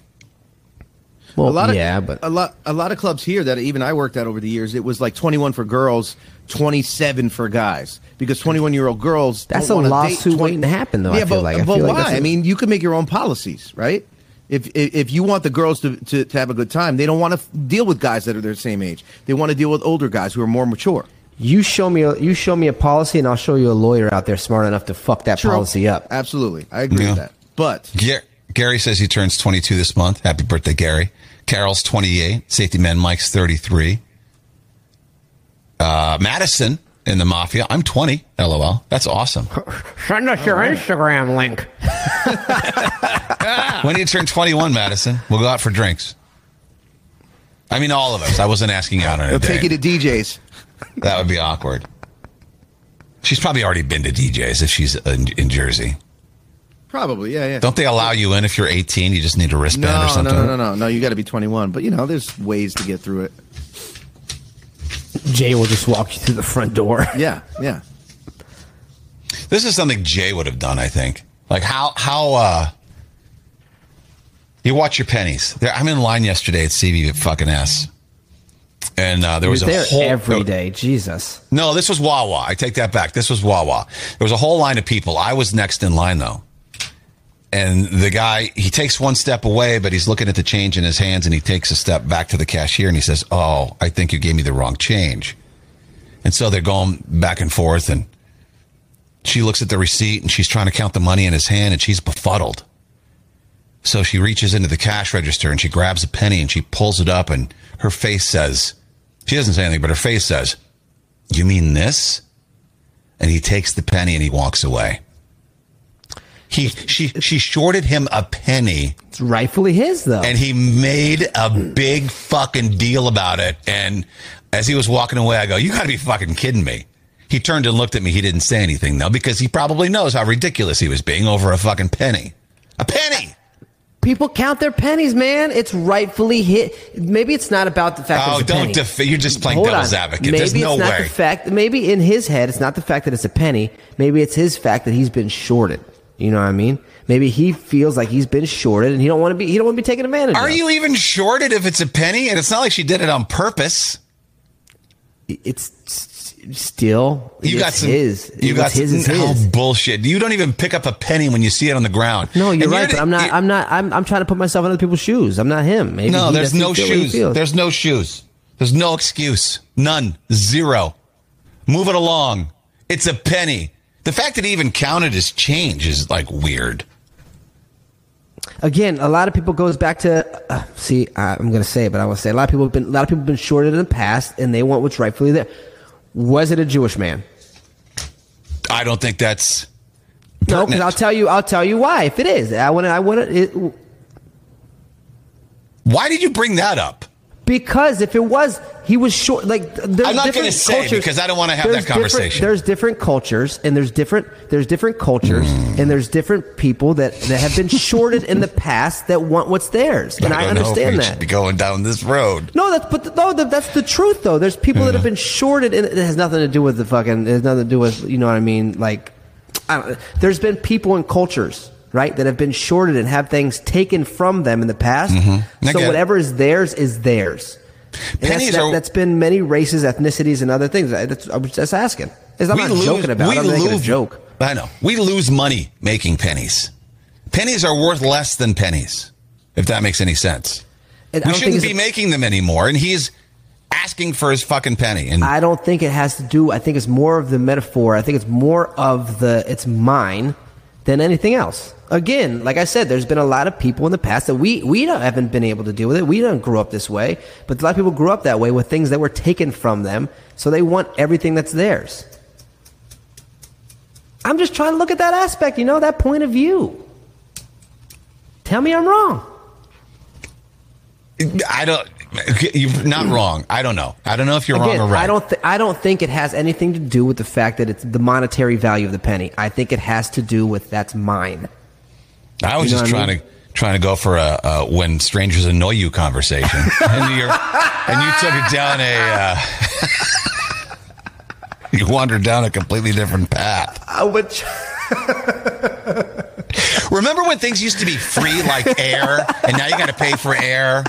Speaker 4: Well,
Speaker 5: A lot of
Speaker 4: yeah, but
Speaker 5: a lot a lot of clubs here that even I worked at over the years, it was like 21 for girls, 27 for guys because 21 year old girls
Speaker 4: That's
Speaker 5: don't
Speaker 4: a
Speaker 5: wanna date
Speaker 4: lawsuit
Speaker 5: 20
Speaker 4: waiting to happen, though, I
Speaker 5: Yeah,
Speaker 4: feel
Speaker 5: but,
Speaker 4: like. I
Speaker 5: but
Speaker 4: feel
Speaker 5: why?
Speaker 4: like that's
Speaker 5: I
Speaker 4: a-
Speaker 5: mean, you can make your own policies, right? If, if if you want the girls to, to, to have a good time, they don't want to f- deal with guys that are their same age. They want to deal with older guys who are more mature.
Speaker 4: you show me a, you show me a policy, and I'll show you a lawyer out there smart enough to fuck that policy up.
Speaker 5: Absolutely, I agree
Speaker 3: Yeah.
Speaker 5: with that. But
Speaker 3: Gar- Gary says he turns 22 this month. Happy birthday, Gary. Carol's 28. Safety man Mike's 33. Uh, Madison in the mafia. I'm 20. LOL. That's awesome.
Speaker 4: Send us your Instagram link.
Speaker 3: when do you turn 21, Madison? We'll go out for drinks. I mean, all of us. I wasn't asking out on a
Speaker 5: they'll take you
Speaker 3: date.
Speaker 5: to DJs.
Speaker 3: That would be awkward. She's probably already been to DJs if she's in, in Jersey.
Speaker 5: Probably, yeah, yeah.
Speaker 3: Don't they allow you in if you're 18? You just need a wristband or
Speaker 5: no, no,
Speaker 3: something.
Speaker 5: no, no, no, no. You got to be 21. But you know, there's ways to get through it.
Speaker 4: Jay will just walk you through the front door.
Speaker 5: Yeah, yeah.
Speaker 3: This is something Jay would have done, I think. Like how how uh you watch your pennies. There, I'm in line yesterday at CV at fucking S, and uh, there was
Speaker 4: You're
Speaker 3: a
Speaker 4: there
Speaker 3: whole
Speaker 4: every
Speaker 3: no,
Speaker 4: day. Jesus.
Speaker 3: No, this was Wawa. I take that back. This was Wawa. There was a whole line of people. I was next in line though, and the guy he takes one step away, but he's looking at the change in his hands, and he takes a step back to the cashier, and he says, "Oh, I think you gave me the wrong change." And so they're going back and forth, and she looks at the receipt and she's trying to count the money in his hand, and she's befuddled. So she reaches into the cash register and she grabs a penny and she pulls it up, and her face says, "She doesn't say anything, but her face says." You mean this? And he takes the penny and he walks away. He she she shorted him a penny
Speaker 4: It's rightfully his though.
Speaker 3: and he made a big fucking deal about it. And as he was walking away, I go, You gotta be fucking kidding me. He turned and looked at me. He didn't say anything though, because he probably knows how ridiculous he was being over a fucking penny. A penny!
Speaker 4: People count their pennies, man. It's rightfully hit. Maybe it's not about the fact.
Speaker 3: Oh,
Speaker 4: that it's a
Speaker 3: don't
Speaker 4: penny.
Speaker 3: def- you're just playing
Speaker 4: Hold
Speaker 3: devil's
Speaker 4: on.
Speaker 3: advocate.
Speaker 4: Maybe
Speaker 3: There's
Speaker 4: it's
Speaker 3: no
Speaker 4: not
Speaker 3: way.
Speaker 4: The fact, maybe in his head, it's not the fact that it's a penny. Maybe it's his fact that he's been shorted. You know what I mean? Maybe he feels like he's been shorted, and he don't want to be. He don't want to be taken advantage.
Speaker 3: Are
Speaker 4: of.
Speaker 3: you even shorted if it's a penny? And it's not like she did it on purpose.
Speaker 4: It's s- s- still.
Speaker 3: You
Speaker 4: it's
Speaker 3: got some.
Speaker 4: His.
Speaker 3: You got
Speaker 4: What's his. Is
Speaker 3: some- oh,
Speaker 4: his.
Speaker 3: bullshit. You don't even pick up a penny when you see it on the ground.
Speaker 4: No,
Speaker 3: And
Speaker 4: you're right, but
Speaker 3: di-
Speaker 4: I'm not.
Speaker 3: you-
Speaker 4: I'm not. I'm. I'm trying to put myself in other people's shoes. I'm not him. Maybe
Speaker 3: no,
Speaker 4: he
Speaker 3: there's
Speaker 4: doesn't
Speaker 3: no
Speaker 4: feel what he
Speaker 3: shoes.
Speaker 4: feels.
Speaker 3: There's no shoes. There's no excuse. None. Zero. Move it along. It's a penny. The fact that he even counted his change is like weird.
Speaker 4: again, a lot of people goes back to uh, see. I'm gonna say it, but I will say a lot of people have been a lot of people have been shorted in the past, and they want what's rightfully there. Was it a Jewish man?
Speaker 3: I don't think that's.
Speaker 4: No, because
Speaker 3: pertinent.
Speaker 4: I'll tell you. I'll tell you why. If it is, I want. to I want it
Speaker 3: Why did you bring that up?
Speaker 4: because if it was, he was short. Like there's
Speaker 3: I'm not
Speaker 4: different
Speaker 3: gonna say
Speaker 4: cultures-
Speaker 3: because I don't wanna have
Speaker 4: there's
Speaker 3: that conversation.
Speaker 4: different- there's different cultures, and there's different there's different cultures,
Speaker 3: Hmm.
Speaker 4: and there's different people that that have been shorted in the past that want what's theirs, and I,
Speaker 3: don't know if
Speaker 4: understand
Speaker 3: we
Speaker 4: that.
Speaker 3: should be going down this road.
Speaker 4: No, that's but no, th- that's the truth though. There's people that have
Speaker 3: Mm-hmm.
Speaker 4: been shorted, and it has nothing to do with the fucking. It has nothing to do with you know what I mean. Like, I don't, there's been people and cultures right that have been shorted and have things taken from them in the past.
Speaker 3: Mm-hmm. I get
Speaker 4: So
Speaker 3: it.
Speaker 4: whatever is theirs is theirs. And that's,
Speaker 3: Pennies
Speaker 4: that,
Speaker 3: are-
Speaker 4: has been many races, ethnicities, and other things. I- That's, I was just asking. It's, I'm not joking about. it. I'm making a joke.
Speaker 3: I know. We lose money making pennies. Pennies are worth less than pennies, if that makes any sense.
Speaker 4: And I
Speaker 3: We
Speaker 4: don't think
Speaker 3: shouldn't
Speaker 4: it's
Speaker 3: be
Speaker 4: a-
Speaker 3: making them anymore. And he's asking for his fucking penny. And
Speaker 4: I don't think it has to do. I think it's more of the metaphor. I think it's more of the it's mine than anything else. Again, like I said, there's been a lot of people in the past that we we don't, haven't been able to deal with it. We don't grow up this way, but a lot of people grew up that way with things that were taken from them, so they want everything that's theirs. I'm just trying to look at that aspect, you know, that point of view. Tell me I'm wrong.
Speaker 3: I don't, you're not wrong. I don't know. I don't know if you're
Speaker 4: Again,
Speaker 3: wrong or right.
Speaker 4: I don't. Th- I don't think it has anything to do with the fact that it's the monetary value of the penny. I think it has to do with that's mine.
Speaker 3: I was
Speaker 4: You know
Speaker 3: just
Speaker 4: what I
Speaker 3: trying
Speaker 4: mean?
Speaker 3: to trying to go for a, a when strangers annoy you conversation, and you and you took it down a uh, you wandered down a completely different path.
Speaker 4: Oh,
Speaker 3: Remember when things used to be free like air, and now you got to pay for air?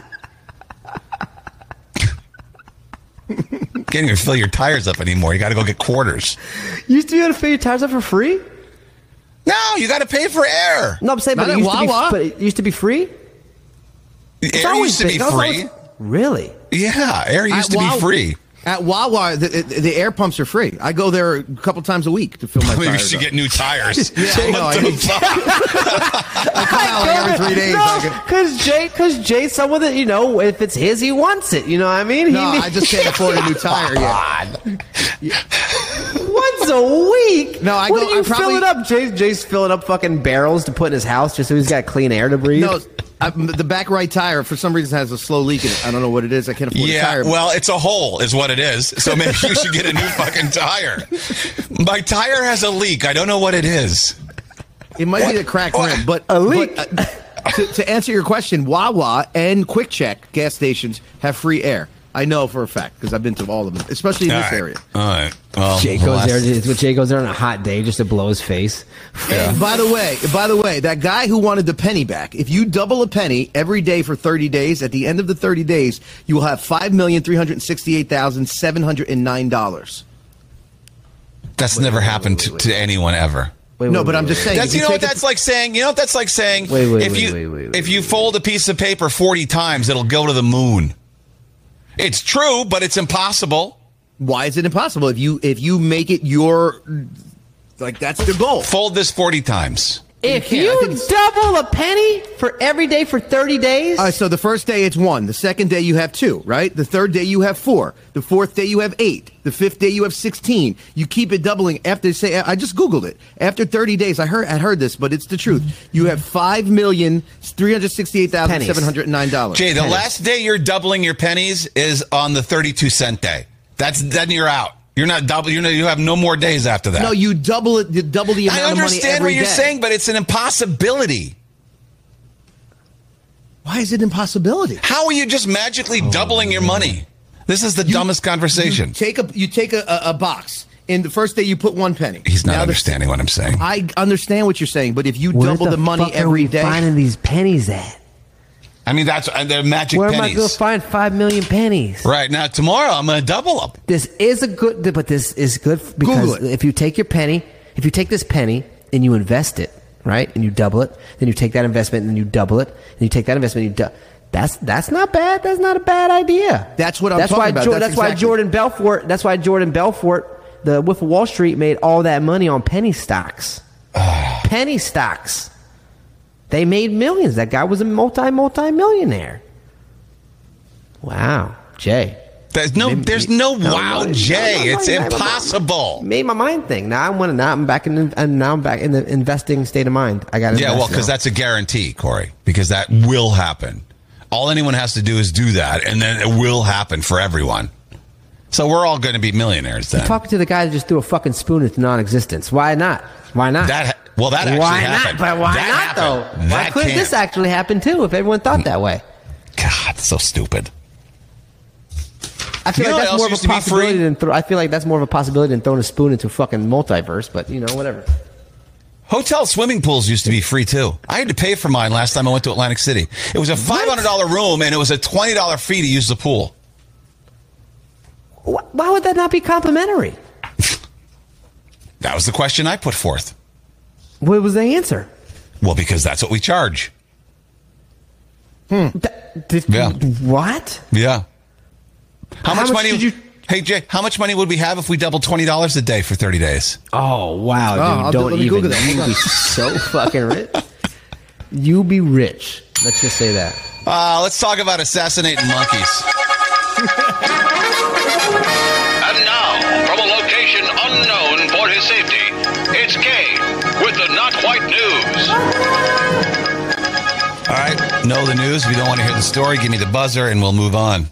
Speaker 3: Can't even fill your tires up anymore. You got to go get quarters.
Speaker 4: you used to be able to fill your tires up for free.
Speaker 3: No, you got to pay for air.
Speaker 4: No, I'm saying, but
Speaker 5: Not
Speaker 4: it,
Speaker 5: at
Speaker 4: used to be,
Speaker 5: Wawa.
Speaker 4: but it used to be free.
Speaker 3: Air used to
Speaker 4: been-
Speaker 3: be
Speaker 4: that was always-
Speaker 3: free.
Speaker 4: really?
Speaker 3: Yeah, air used to
Speaker 5: At
Speaker 3: be
Speaker 5: Wawa-
Speaker 3: free.
Speaker 5: At Wawa, the, the, the air pumps are free. I go there a couple times a week to fill my
Speaker 3: Maybe you
Speaker 5: tires.
Speaker 3: should
Speaker 5: up.
Speaker 3: get new tires.
Speaker 5: Yeah, I know, I
Speaker 3: what
Speaker 5: need-
Speaker 3: the fuck?
Speaker 5: I come out like Oh, every three days. I
Speaker 4: no,
Speaker 5: can-
Speaker 4: because Jay, because Jay's someone that you know, if it's his, he wants it. You know what I mean?
Speaker 5: no,
Speaker 4: he
Speaker 5: I just can't afford a new tire yet.
Speaker 4: once a week.
Speaker 5: No, I
Speaker 4: what
Speaker 5: go-
Speaker 4: are you
Speaker 5: I probably-
Speaker 4: filling up? Jay, Jay's filling up fucking barrels to put in his house just so he's got clean air to breathe.
Speaker 5: No, I, the back right tire for some reason has a slow leak in it. I don't know what it is. I can't afford a
Speaker 3: yeah,
Speaker 5: tire.
Speaker 3: well, it's a hole, is what it is. So maybe you should get a new fucking tire. My tire has a leak. I don't know what it is.
Speaker 5: It might be the crack rim, but
Speaker 4: A leak.
Speaker 5: but, uh, to, to answer your question, Wawa and Quick Check gas stations have free air. I know for a fact because I've been to all of them, especially in
Speaker 3: All
Speaker 5: this
Speaker 3: right.
Speaker 5: area.
Speaker 3: All right. Well,
Speaker 4: Jay
Speaker 3: Oh, the
Speaker 4: goes
Speaker 3: last-
Speaker 4: there. It's what Jay goes there on a hot day just to blow his face.
Speaker 5: And by the way, by the way, that guy who wanted the penny back, if you double a penny every day for 30 days, at the end of the 30 days, you will have $5,368,709.
Speaker 3: That's never happened to, to anyone ever.
Speaker 4: Wait,
Speaker 5: No,
Speaker 4: wait,
Speaker 5: but
Speaker 4: wait,
Speaker 5: I'm just
Speaker 4: wait.
Speaker 5: saying.
Speaker 3: That's
Speaker 5: if
Speaker 3: you know what
Speaker 5: take a-
Speaker 3: that's like saying. You know what that's like saying.
Speaker 4: Wait, wait,
Speaker 3: if
Speaker 4: wait,
Speaker 3: you
Speaker 4: wait, wait, wait,
Speaker 3: if you fold a piece of paper forty times, it'll go to the moon. It's true, but it's impossible.
Speaker 5: Why is it impossible? If you if you make it your like that's the goal.
Speaker 3: Fold this forty times.
Speaker 4: If
Speaker 5: You
Speaker 4: you,
Speaker 5: can't. I think it's-
Speaker 4: double a penny for every day for 30 days,
Speaker 5: All right, so the first day it's one. The second day you have two, right? The third day you have four. The fourth day you have eight. The fifth day you have sixteen. You keep it doubling after say I just googled it. After thirty days, I heard I heard this, but it's the truth. You have five million three hundred sixty-eight thousand seven hundred nine dollars.
Speaker 3: Jay, the last day you're doubling your pennies is on the thirty-two cent day. That's then you're out. You're not double. You're not, you have no more days after that.
Speaker 5: No, you double it. You double the amount
Speaker 3: I
Speaker 5: of money
Speaker 3: understand
Speaker 5: every
Speaker 3: what you're
Speaker 5: day.
Speaker 3: saying, but it's an impossibility.
Speaker 5: Why is it impossibility?
Speaker 3: How are you just magically
Speaker 4: Oh,
Speaker 3: doubling your money? This is the dumbest conversation.
Speaker 5: Take a you take a, a, a box. In the first day, you put one penny.
Speaker 3: He's not
Speaker 5: Now the-
Speaker 3: understanding what I'm saying.
Speaker 5: I understand what you're saying, but if you
Speaker 4: where
Speaker 5: double the, money
Speaker 4: fuck are
Speaker 5: every
Speaker 4: we
Speaker 5: day,
Speaker 4: finding these pennies at?
Speaker 3: I mean, that's uh, they're magic
Speaker 4: Where am I
Speaker 3: pennies.
Speaker 4: going to find 5 million pennies?
Speaker 3: Right now, tomorrow I'm gonna double up.
Speaker 4: This is a good, but this is good because
Speaker 5: Google it.
Speaker 4: if you take your penny, if you take this penny and you invest it, right, and you double it, then you take that investment and then you double it, and you take that investment and you double. That's that's not bad. That's not a bad idea.
Speaker 5: That's what I'm
Speaker 4: that's
Speaker 5: talking
Speaker 4: why
Speaker 5: about.
Speaker 4: Jor-
Speaker 5: That's
Speaker 4: that's why
Speaker 5: exactly-
Speaker 4: Jordan Belfort. That's why Jordan Belfort, the Wolf of Wall Street, made all that money on penny stocks. penny stocks. They made millions. That guy was a multi multi millionaire. Wow, Jay.
Speaker 3: There's no,
Speaker 4: Maybe-
Speaker 3: there's no wow,
Speaker 4: no, no,
Speaker 3: Jay.
Speaker 4: no, no,
Speaker 3: it's
Speaker 4: no, no, no.
Speaker 3: impossible.
Speaker 4: made my mind thing. Now I'm winning. Now I'm back in. And now I'm back in the investing state of mind. I got.
Speaker 3: Yeah, well, because that's a guarantee, Corey. Because that will happen. All anyone has to do is do that, and then it will happen for everyone. So we're all going to be millionaires then.
Speaker 4: talking to the guy that just threw a fucking spoon into non-existence. Why not? Why not?
Speaker 3: That ha- well, that actually
Speaker 4: why
Speaker 3: happened.
Speaker 4: not? But why
Speaker 3: That
Speaker 4: not
Speaker 3: happened.
Speaker 4: though? Why
Speaker 3: That
Speaker 4: couldn't
Speaker 3: can't-
Speaker 4: this actually happen too? If everyone thought that way,
Speaker 3: God, so stupid.
Speaker 4: I feel
Speaker 3: You know
Speaker 4: like
Speaker 3: what
Speaker 4: that's
Speaker 3: else
Speaker 4: more of a
Speaker 3: used to be
Speaker 4: possibility
Speaker 3: free?
Speaker 4: than throw, I feel like that's more of a possibility than throwing a spoon into a fucking multiverse. But you know, whatever.
Speaker 3: Hotel swimming pools used to be free too. I had to pay for mine last time I went to Atlantic City. It was a five hundred dollar room, and it was a twenty dollar fee to use the pool.
Speaker 4: Wh- Why would that not be complimentary?
Speaker 3: That was the question I put forth.
Speaker 4: What was the answer?
Speaker 3: Well, because that's what we charge.
Speaker 4: That- did-
Speaker 3: Yeah.
Speaker 4: What?
Speaker 3: Yeah. How, much,
Speaker 4: much
Speaker 3: money?
Speaker 4: did you-
Speaker 3: hey Jay, how much money would we have if we doubled twenty dollars a day for thirty days?
Speaker 4: Oh wow, dude!
Speaker 5: I'll do-
Speaker 4: don't
Speaker 5: let me
Speaker 4: even.
Speaker 5: Google that. Hold
Speaker 4: You'd
Speaker 5: on.
Speaker 4: be so fucking rich. you be rich. Let's just say that.
Speaker 3: Uh, let's talk about assassinating monkeys.
Speaker 6: And now, from a location unknown for his safety, it's Kane with the Not White News.
Speaker 3: All right, know the news. If you don't want to hear the story, give me the buzzer, and we'll move on.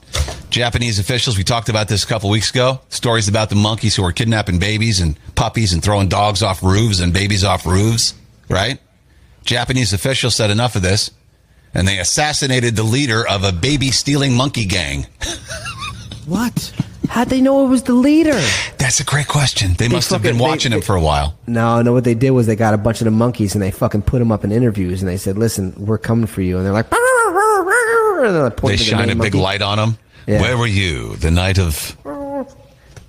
Speaker 3: Japanese officials. We talked about this a couple weeks ago. Stories about the monkeys who are kidnapping babies and puppies and throwing dogs off roofs and babies off roofs. Right? Japanese officials said enough of this, and they assassinated the leader of a baby stealing monkey gang.
Speaker 5: what?
Speaker 4: How'd they know it was the leader?
Speaker 3: That's a great question. They, must have been
Speaker 4: fucking- they-
Speaker 3: watching him for a while.
Speaker 4: No, no. What they did was they got a bunch of the monkeys and they fucking put them up in interviews and they said, "Listen, we're coming for you." And they're like, "Rah, rah, rah, rah, rah," and they're like
Speaker 3: They
Speaker 4: pointing to the
Speaker 3: shine
Speaker 4: main
Speaker 3: a big
Speaker 4: monkey.
Speaker 3: light on him.
Speaker 4: Yeah.
Speaker 3: Where were you the night of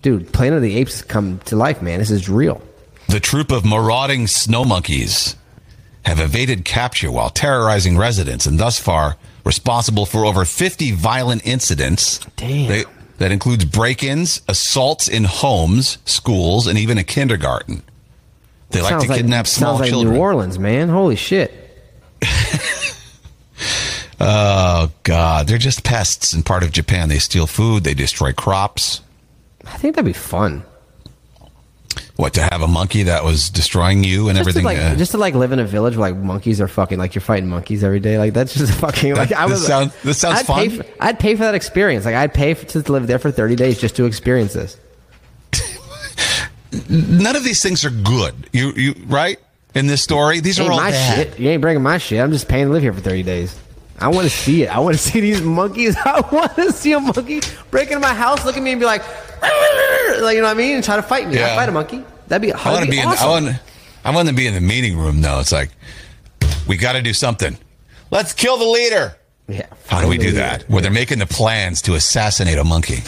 Speaker 4: Dude, Planet of the Apes has come to life, man. This is real.
Speaker 3: The troop of marauding snow monkeys have evaded capture while terrorizing residents and thus far responsible for over 50 violent incidents.
Speaker 4: Damn.
Speaker 3: They- that includes break ins, assaults in homes, schools, and even a kindergarten. They like to
Speaker 4: Sounds
Speaker 3: kidnap small
Speaker 4: sounds like
Speaker 3: children.
Speaker 4: New Orleans, man. Holy shit.
Speaker 3: Oh, God. They're just pests and part of Japan. They steal food, they destroy crops.
Speaker 4: I think that'd be fun.
Speaker 3: What, to have a monkey that was destroying you and
Speaker 4: Just
Speaker 3: everything?
Speaker 4: to like,
Speaker 3: uh,
Speaker 4: just to like live in a village where like monkeys are fucking like you're fighting monkeys every day. Like that's just fucking like
Speaker 3: That-
Speaker 4: I
Speaker 3: this
Speaker 4: was.
Speaker 3: sound- this sounds
Speaker 4: I'd pay
Speaker 3: fun.
Speaker 4: for- I'd pay for that experience. Like I'd pay for, to live there for 30 days just to experience this.
Speaker 3: none of these things are good. You, you right? In this story, these are
Speaker 4: ain't
Speaker 3: all
Speaker 4: my
Speaker 3: bad.
Speaker 4: shit. You ain't bringing my shit. I'm just paying to live here for 30 days. I want to see it. I want to see these monkeys. I want to see a monkey break into my house, look at me, and be like, like you know what I mean, and try to fight me.
Speaker 3: Yeah.
Speaker 4: I fight a monkey. That'd be.
Speaker 3: I want to be in.
Speaker 4: awesome.
Speaker 3: I want. I want to be in the meeting room though. It's like we got to do something. Let's kill the leader.
Speaker 4: yeah.
Speaker 3: How do we do that? Where they're making the plans to assassinate a monkey.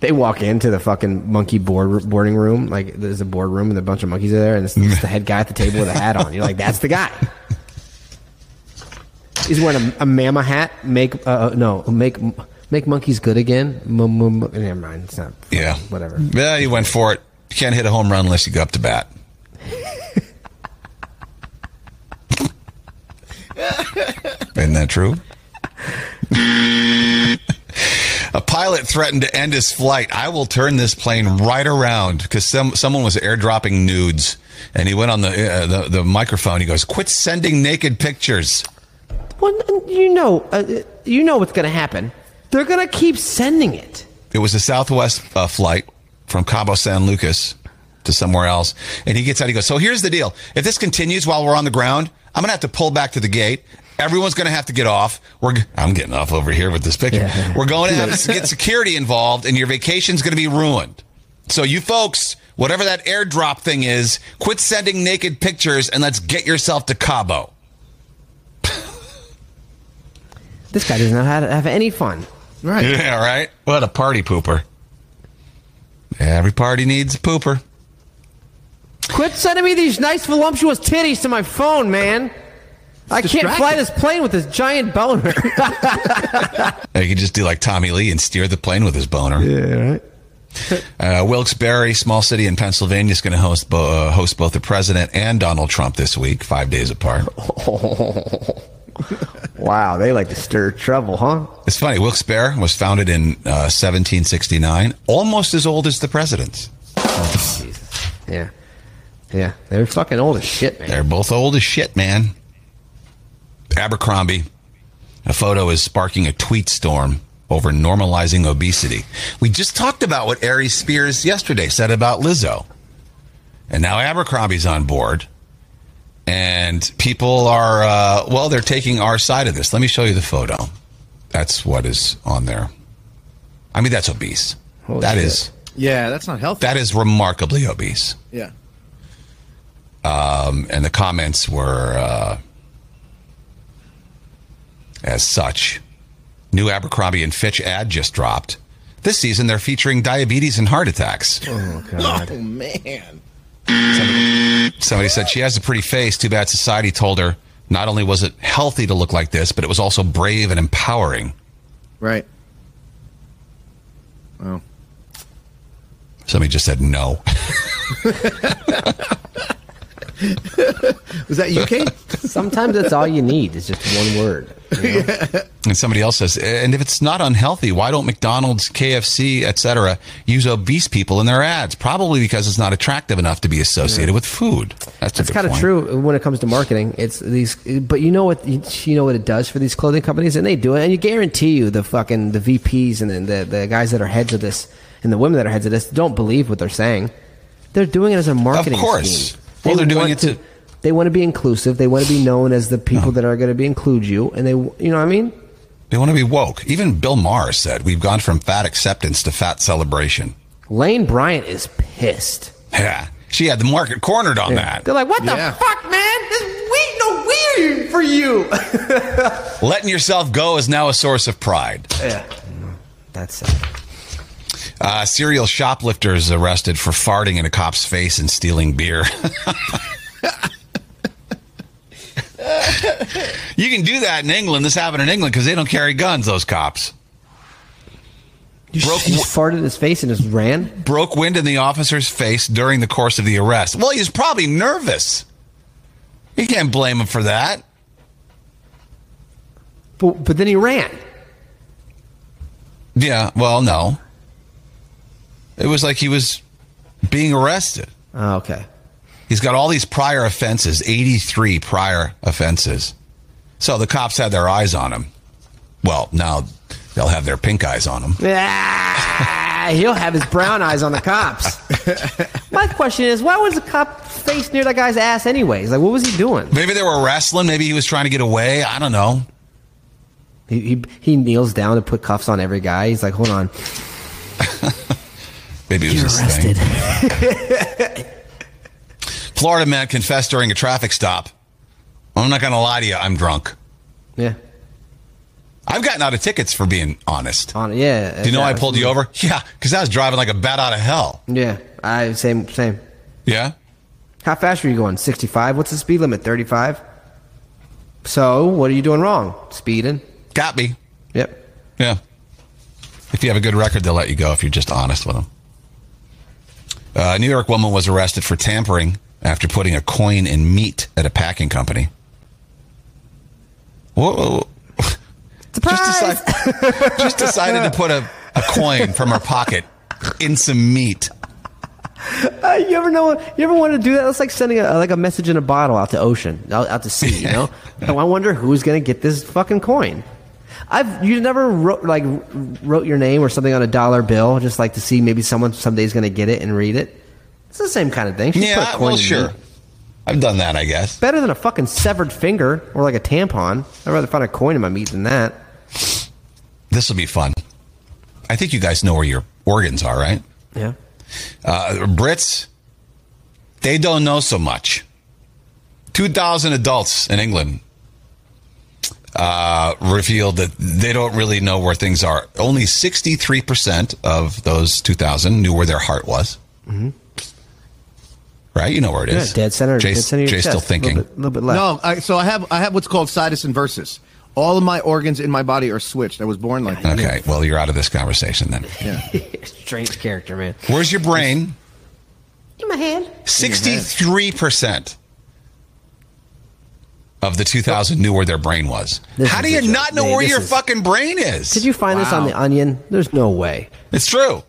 Speaker 4: They walk into the fucking monkey board boarding room. Like there's a board room and a bunch of monkeys are there, and it's, it's the head guy at the table with a hat on. You're like, that's the guy. He's wearing a, a mama hat. Make uh, uh, no make make monkeys good again. M- m- m- never mind. It's not.
Speaker 3: Yeah.
Speaker 4: Whatever.
Speaker 3: Yeah, you went for it. You can't hit a home run unless you go up to bat. Isn't that true? a pilot threatened to end his flight. I will turn this plane right around because some, someone was airdropping nudes, and he went on the, uh, the the microphone. He goes, "Quit sending naked pictures."
Speaker 4: Well, n- you know, uh, you know what's gonna happen. They're gonna keep sending it.
Speaker 3: it was a Southwest uh, flight from Cabo San Lucas to somewhere else. And he gets out. He goes, So here's the deal. If this continues while we're on the ground, I'm going to have to pull back to the gate. Everyone's going to have to get off. We're, g- I'm getting off over here with this picture. We're going to have to get security involved and your vacation's going to be ruined. So you folks, whatever that airdrop thing is, quit sending naked pictures and let's get yourself to Cabo.
Speaker 4: This guy doesn't know how to have any fun.
Speaker 5: Right.
Speaker 3: Yeah, right? What a party pooper. Every party needs a pooper.
Speaker 4: Quit sending me these nice voluptuous titties to my phone, man. I can't fly
Speaker 5: distracting.
Speaker 4: this plane with this giant boner.
Speaker 3: He could just do like Tommy Lee and steer the plane with his boner. Yeah, right. uh, Wilkes-Barre, small city in Pennsylvania, is going to host bo- uh, host both the president and Donald Trump this week, five days apart.
Speaker 4: wow, they like to stir trouble, huh?
Speaker 3: It's funny. Wilkes-Barre was founded in uh, 1769, almost as old as the presidents.
Speaker 4: Yeah. Yeah. They're fucking old as shit, man.
Speaker 3: They're both old as shit, man. Abercrombie, a photo is sparking a tweet storm over normalizing obesity. We just talked about what Ari Spears yesterday said about Lizzo. And now Abercrombie's on board. And people are, uh, well, they're taking our side of this. Let me show you the photo. That's what is on there. I mean, that's obese. That
Speaker 4: Holy
Speaker 3: is
Speaker 4: shit.
Speaker 5: Yeah, that's not healthy.
Speaker 3: that is remarkably obese
Speaker 5: yeah.
Speaker 3: and the comments were uh, as such. New Abercrombie and Fitch ad just dropped. This season, they're featuring diabetes and heart attacks.
Speaker 4: Oh, God.
Speaker 5: Oh man.
Speaker 3: Somebody said she has a pretty face. Too bad society told her not only was it healthy to look like this, but it was also brave and empowering.
Speaker 5: Right. Well,
Speaker 3: Somebody just said no.
Speaker 5: was that UK?
Speaker 4: Sometimes that's all you need is just one word. you know?
Speaker 3: And somebody else says, and if it's not unhealthy, why don't McDonald's, KFC, etc., use obese people in their ads? Probably because it's not attractive enough to be associated with food. That's,
Speaker 4: That's kind of
Speaker 3: of
Speaker 4: true when it comes to marketing. It's these, but you know what you know what it does for these clothing companies, and they do it. And you guarantee you the fucking the VPs and the the, the guys that are heads of this and the women that are heads of this don't believe what they're saying. They're doing it as a marketing.
Speaker 3: course.
Speaker 4: scheme.
Speaker 3: Well, they're doing
Speaker 4: want
Speaker 3: it to- Oh.
Speaker 4: They want to be inclusive. They want to be known as the people that are going to be include you, and they you know what I mean.
Speaker 3: They want to be woke. Even Bill Maher said, We've gone from fat acceptance to fat celebration.
Speaker 4: Lane Bryant is pissed.
Speaker 3: Yeah. She had the market cornered on
Speaker 4: They're
Speaker 3: that.
Speaker 4: like, what
Speaker 5: Yeah.
Speaker 4: the fuck, man? This we no weird for you.
Speaker 3: Letting yourself go is now a source of pride.
Speaker 4: That's it.
Speaker 3: Uh, serial shoplifters arrested for farting in a cop's face and stealing beer. you can do that in England. This happened in England because they don't carry guns, those cops. Broke,
Speaker 4: He farted in his face and just ran.
Speaker 3: broke wind in the officer's face during the course of the arrest. Well, he's probably nervous. You can't blame him for that.
Speaker 4: But, but then he ran.
Speaker 3: Yeah, well, no. It was like he was being arrested.
Speaker 4: Oh, okay.
Speaker 3: He's got all these prior offenses, 83 prior offenses. So the cops had their eyes on him. Well, now they'll have their pink eyes on him.
Speaker 4: Ah, he'll have his brown eyes on the cops. My question is, why was the cop face near that guy's ass anyways? Like, what was he doing?
Speaker 3: Maybe they were wrestling. Maybe he was trying to get away. I don't know.
Speaker 4: He, he, he kneels down to put cuffs on every guy. He's like, hold on.
Speaker 3: Maybe it was his thing. Florida man confessed during a traffic stop. I'm not going to lie to you. I'm drunk.
Speaker 4: Yeah.
Speaker 3: I've gotten out of tickets for being honest.
Speaker 4: On Oh, yeah.
Speaker 3: Do you know I pulled you over? Yeah, because I was driving like a bat out of hell.
Speaker 4: Yeah, I same same.
Speaker 3: Yeah.
Speaker 4: How fast were you going? Sixty five. What's the speed limit? Thirty five. So what are you doing wrong? Speeding.
Speaker 3: Got me.
Speaker 4: Yep.
Speaker 3: Yeah. If you have a good record, they'll let you go if you're just honest with them. Uh, a New York woman was arrested for tampering after putting a coin in meat at a packing company. Whoa.
Speaker 4: Surprise!
Speaker 3: Just, decide, just decided to put a, a coin from her pocket in some meat.
Speaker 4: Uh, you ever know? You ever want to do that? That's like sending a, uh, like a message in a bottle out to ocean, out, out to sea. You know. Oh, I wonder who's gonna get this fucking coin. I've you never wrote like wrote your name or something on a dollar bill just like to see maybe someone someday's gonna get it and read it. It's the same kind of thing. She's put a
Speaker 3: Yeah,
Speaker 4: coin
Speaker 3: well,
Speaker 4: in
Speaker 3: sure.
Speaker 4: me.
Speaker 3: I've done that, I guess.
Speaker 4: Better than a fucking severed finger or like a tampon. I'd rather find a coin in my meat than that.
Speaker 3: This will be fun. I think you guys know where your organs are, right?
Speaker 4: Yeah.
Speaker 3: Uh, Brits, they don't know so much. 2,000 adults in England uh, revealed that they don't really know where things are. Only 63% of those 2,000 knew where their heart was. Right? You know where it
Speaker 4: Mm-hmm. Yeah,
Speaker 3: is.
Speaker 4: dead center.
Speaker 3: Jay's,
Speaker 4: dead center of your
Speaker 3: Jay's still
Speaker 4: chest. A little
Speaker 3: thinking.
Speaker 4: bit- little bit left.
Speaker 5: No, I, so I have I have what's called situs inversus. All of my organs in my body are switched. I was born like that.
Speaker 3: Okay, well, you're out of this conversation then.
Speaker 4: Strange character, man.
Speaker 3: Where's your brain?
Speaker 4: In my hand.
Speaker 3: 63% of the 2,000 knew where their brain was.
Speaker 4: This
Speaker 3: How
Speaker 4: is
Speaker 3: do you
Speaker 4: a joke.
Speaker 3: not know
Speaker 4: Hey,
Speaker 3: where
Speaker 4: this
Speaker 3: your
Speaker 4: is-
Speaker 3: fucking brain is?
Speaker 4: Did you find this on the Onion? There's no way.
Speaker 3: It's true.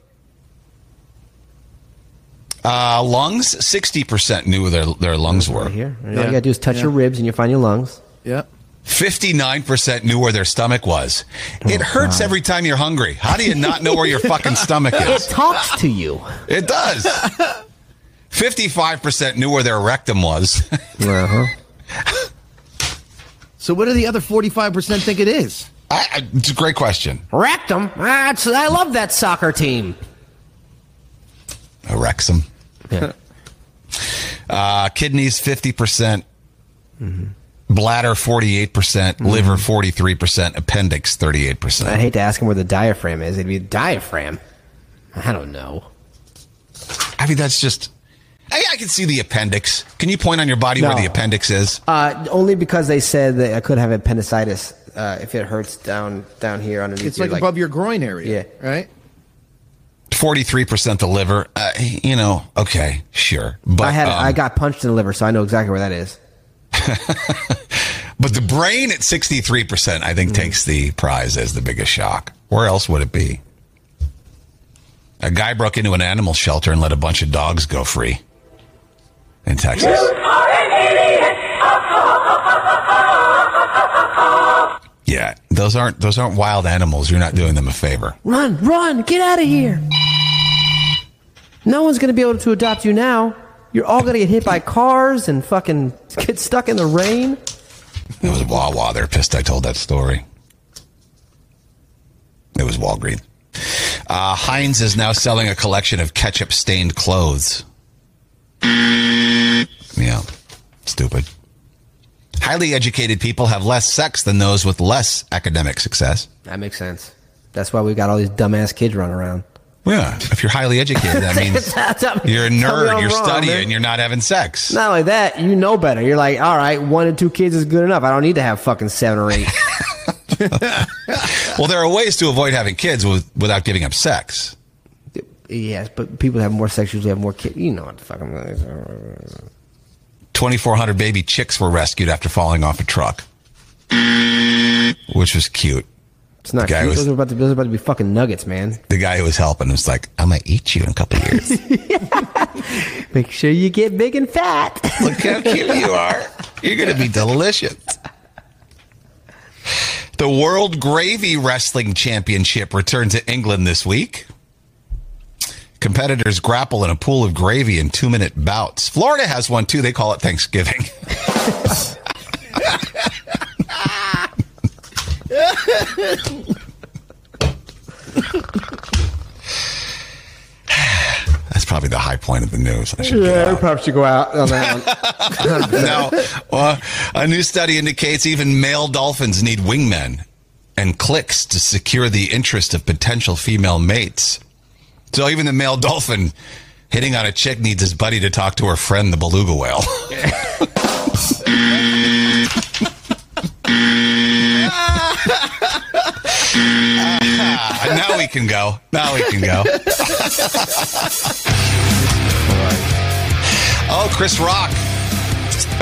Speaker 3: Uh, lungs, 60% knew where their, their lungs were.
Speaker 4: Right here. All
Speaker 5: Yeah.
Speaker 4: you gotta do is touch your ribs and you find your lungs.
Speaker 5: Yeah.
Speaker 3: 59% knew where their stomach was.
Speaker 4: Oh,
Speaker 3: it hurts every time you're hungry. How do you not know where your fucking stomach
Speaker 4: It
Speaker 3: is?
Speaker 4: talks to you.
Speaker 3: It does. 55% knew where their rectum was.
Speaker 4: Uh-huh.
Speaker 5: So what do the other forty five percent think it is?
Speaker 3: I, I, it's a great question.
Speaker 4: Rectum. Ah, it's- I love that soccer team.
Speaker 3: A rectum.
Speaker 4: Yeah.
Speaker 3: Uh, kidneys, 50%. percent
Speaker 4: Mm-hmm.
Speaker 3: Bladder, 48%. percent Liver, 43%. Appendix, 38%.
Speaker 4: I hate to ask him where the diaphragm is. It'd be diaphragm. I don't know.
Speaker 3: I mean, that's just. I, I can see the appendix. Can you point on your body where
Speaker 4: No.
Speaker 3: the appendix is?
Speaker 4: Uh, only because they said that I could have appendicitis uh, if it hurts down down here underneath.
Speaker 5: It's
Speaker 4: your,
Speaker 5: like, above your groin area.
Speaker 4: Yeah.
Speaker 5: Right.
Speaker 3: Forty-three percent the liver. Uh, you know, okay, sure, but
Speaker 4: I had
Speaker 3: um,
Speaker 4: I got punched in the liver, so I know exactly where that is.
Speaker 3: but the brain at sixty-three percent. I think takes the prize as the biggest shock. Where else would it be? A guy broke into an animal shelter and let a bunch of dogs go free in Texas. Yeah, those aren't those aren't wild animals. You're not doing them a favor.
Speaker 4: Run, run, get out of here. No one's gonna be able to adopt you now. You're all gonna get hit by cars and fucking get stuck in the rain.
Speaker 3: It was Wawa. They're pissed I told that story. It was Walgreens. Uh, Heinz is now selling a collection of ketchup stained clothes. Yeah, stupid. Highly educated people have less sex than those with less academic success.
Speaker 4: That makes sense. That's why we got all these dumbass kids running around.
Speaker 3: Yeah, if you're highly educated, that means you're a nerd, you're studying, you're not having sex.
Speaker 4: not like that. You know better. You're like, all right, one and two kids is good enough. I don't need to have fucking seven or eight.
Speaker 3: Well, there are ways to avoid having kids with, without giving up sex.
Speaker 4: yes, but people who have more sex usually have more kids. You know what the fuck I'm
Speaker 3: 2,400 baby chicks were rescued after falling off a truck, which was cute.
Speaker 4: It's not.
Speaker 3: The guy
Speaker 4: cute.
Speaker 3: was-
Speaker 4: those, are about to, those are about to be fucking nuggets, man.
Speaker 3: The guy who was helping was like, I'm going to eat you in a couple of years.
Speaker 4: Make sure you get big and fat.
Speaker 3: Look how cute you are. You're going to be delicious. The World Gravy Wrestling Championship returned to England this week. Competitors grapple in a pool of gravy in two minute bouts. Florida has one too. They call it Thanksgiving. That's probably the high point of the news. I should get out.
Speaker 4: probably should go out on that one.
Speaker 3: uh, No, well, a new study indicates even male dolphins need wingmen and clicks to secure the interest of potential female mates. So even the male dolphin hitting on a chick needs his buddy to talk to her friend, the beluga whale. Ah, now we can go. Now we can go. oh, Chris Rock.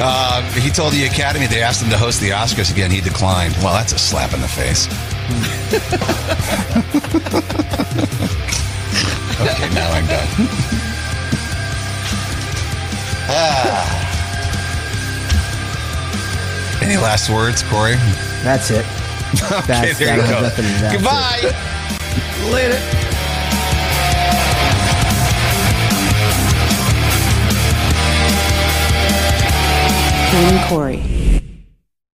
Speaker 3: Uh, he told the Academy they asked him to host the Oscars again. He declined. Well, that's a slap in the face. okay, now I'm done. ah. Any last words, Corey?
Speaker 4: That's it.
Speaker 3: Okay,
Speaker 4: That's-
Speaker 3: there you
Speaker 4: that
Speaker 3: go.
Speaker 4: has nothing- that's it.
Speaker 3: Goodbye.
Speaker 5: Later.
Speaker 1: Kane and Corey.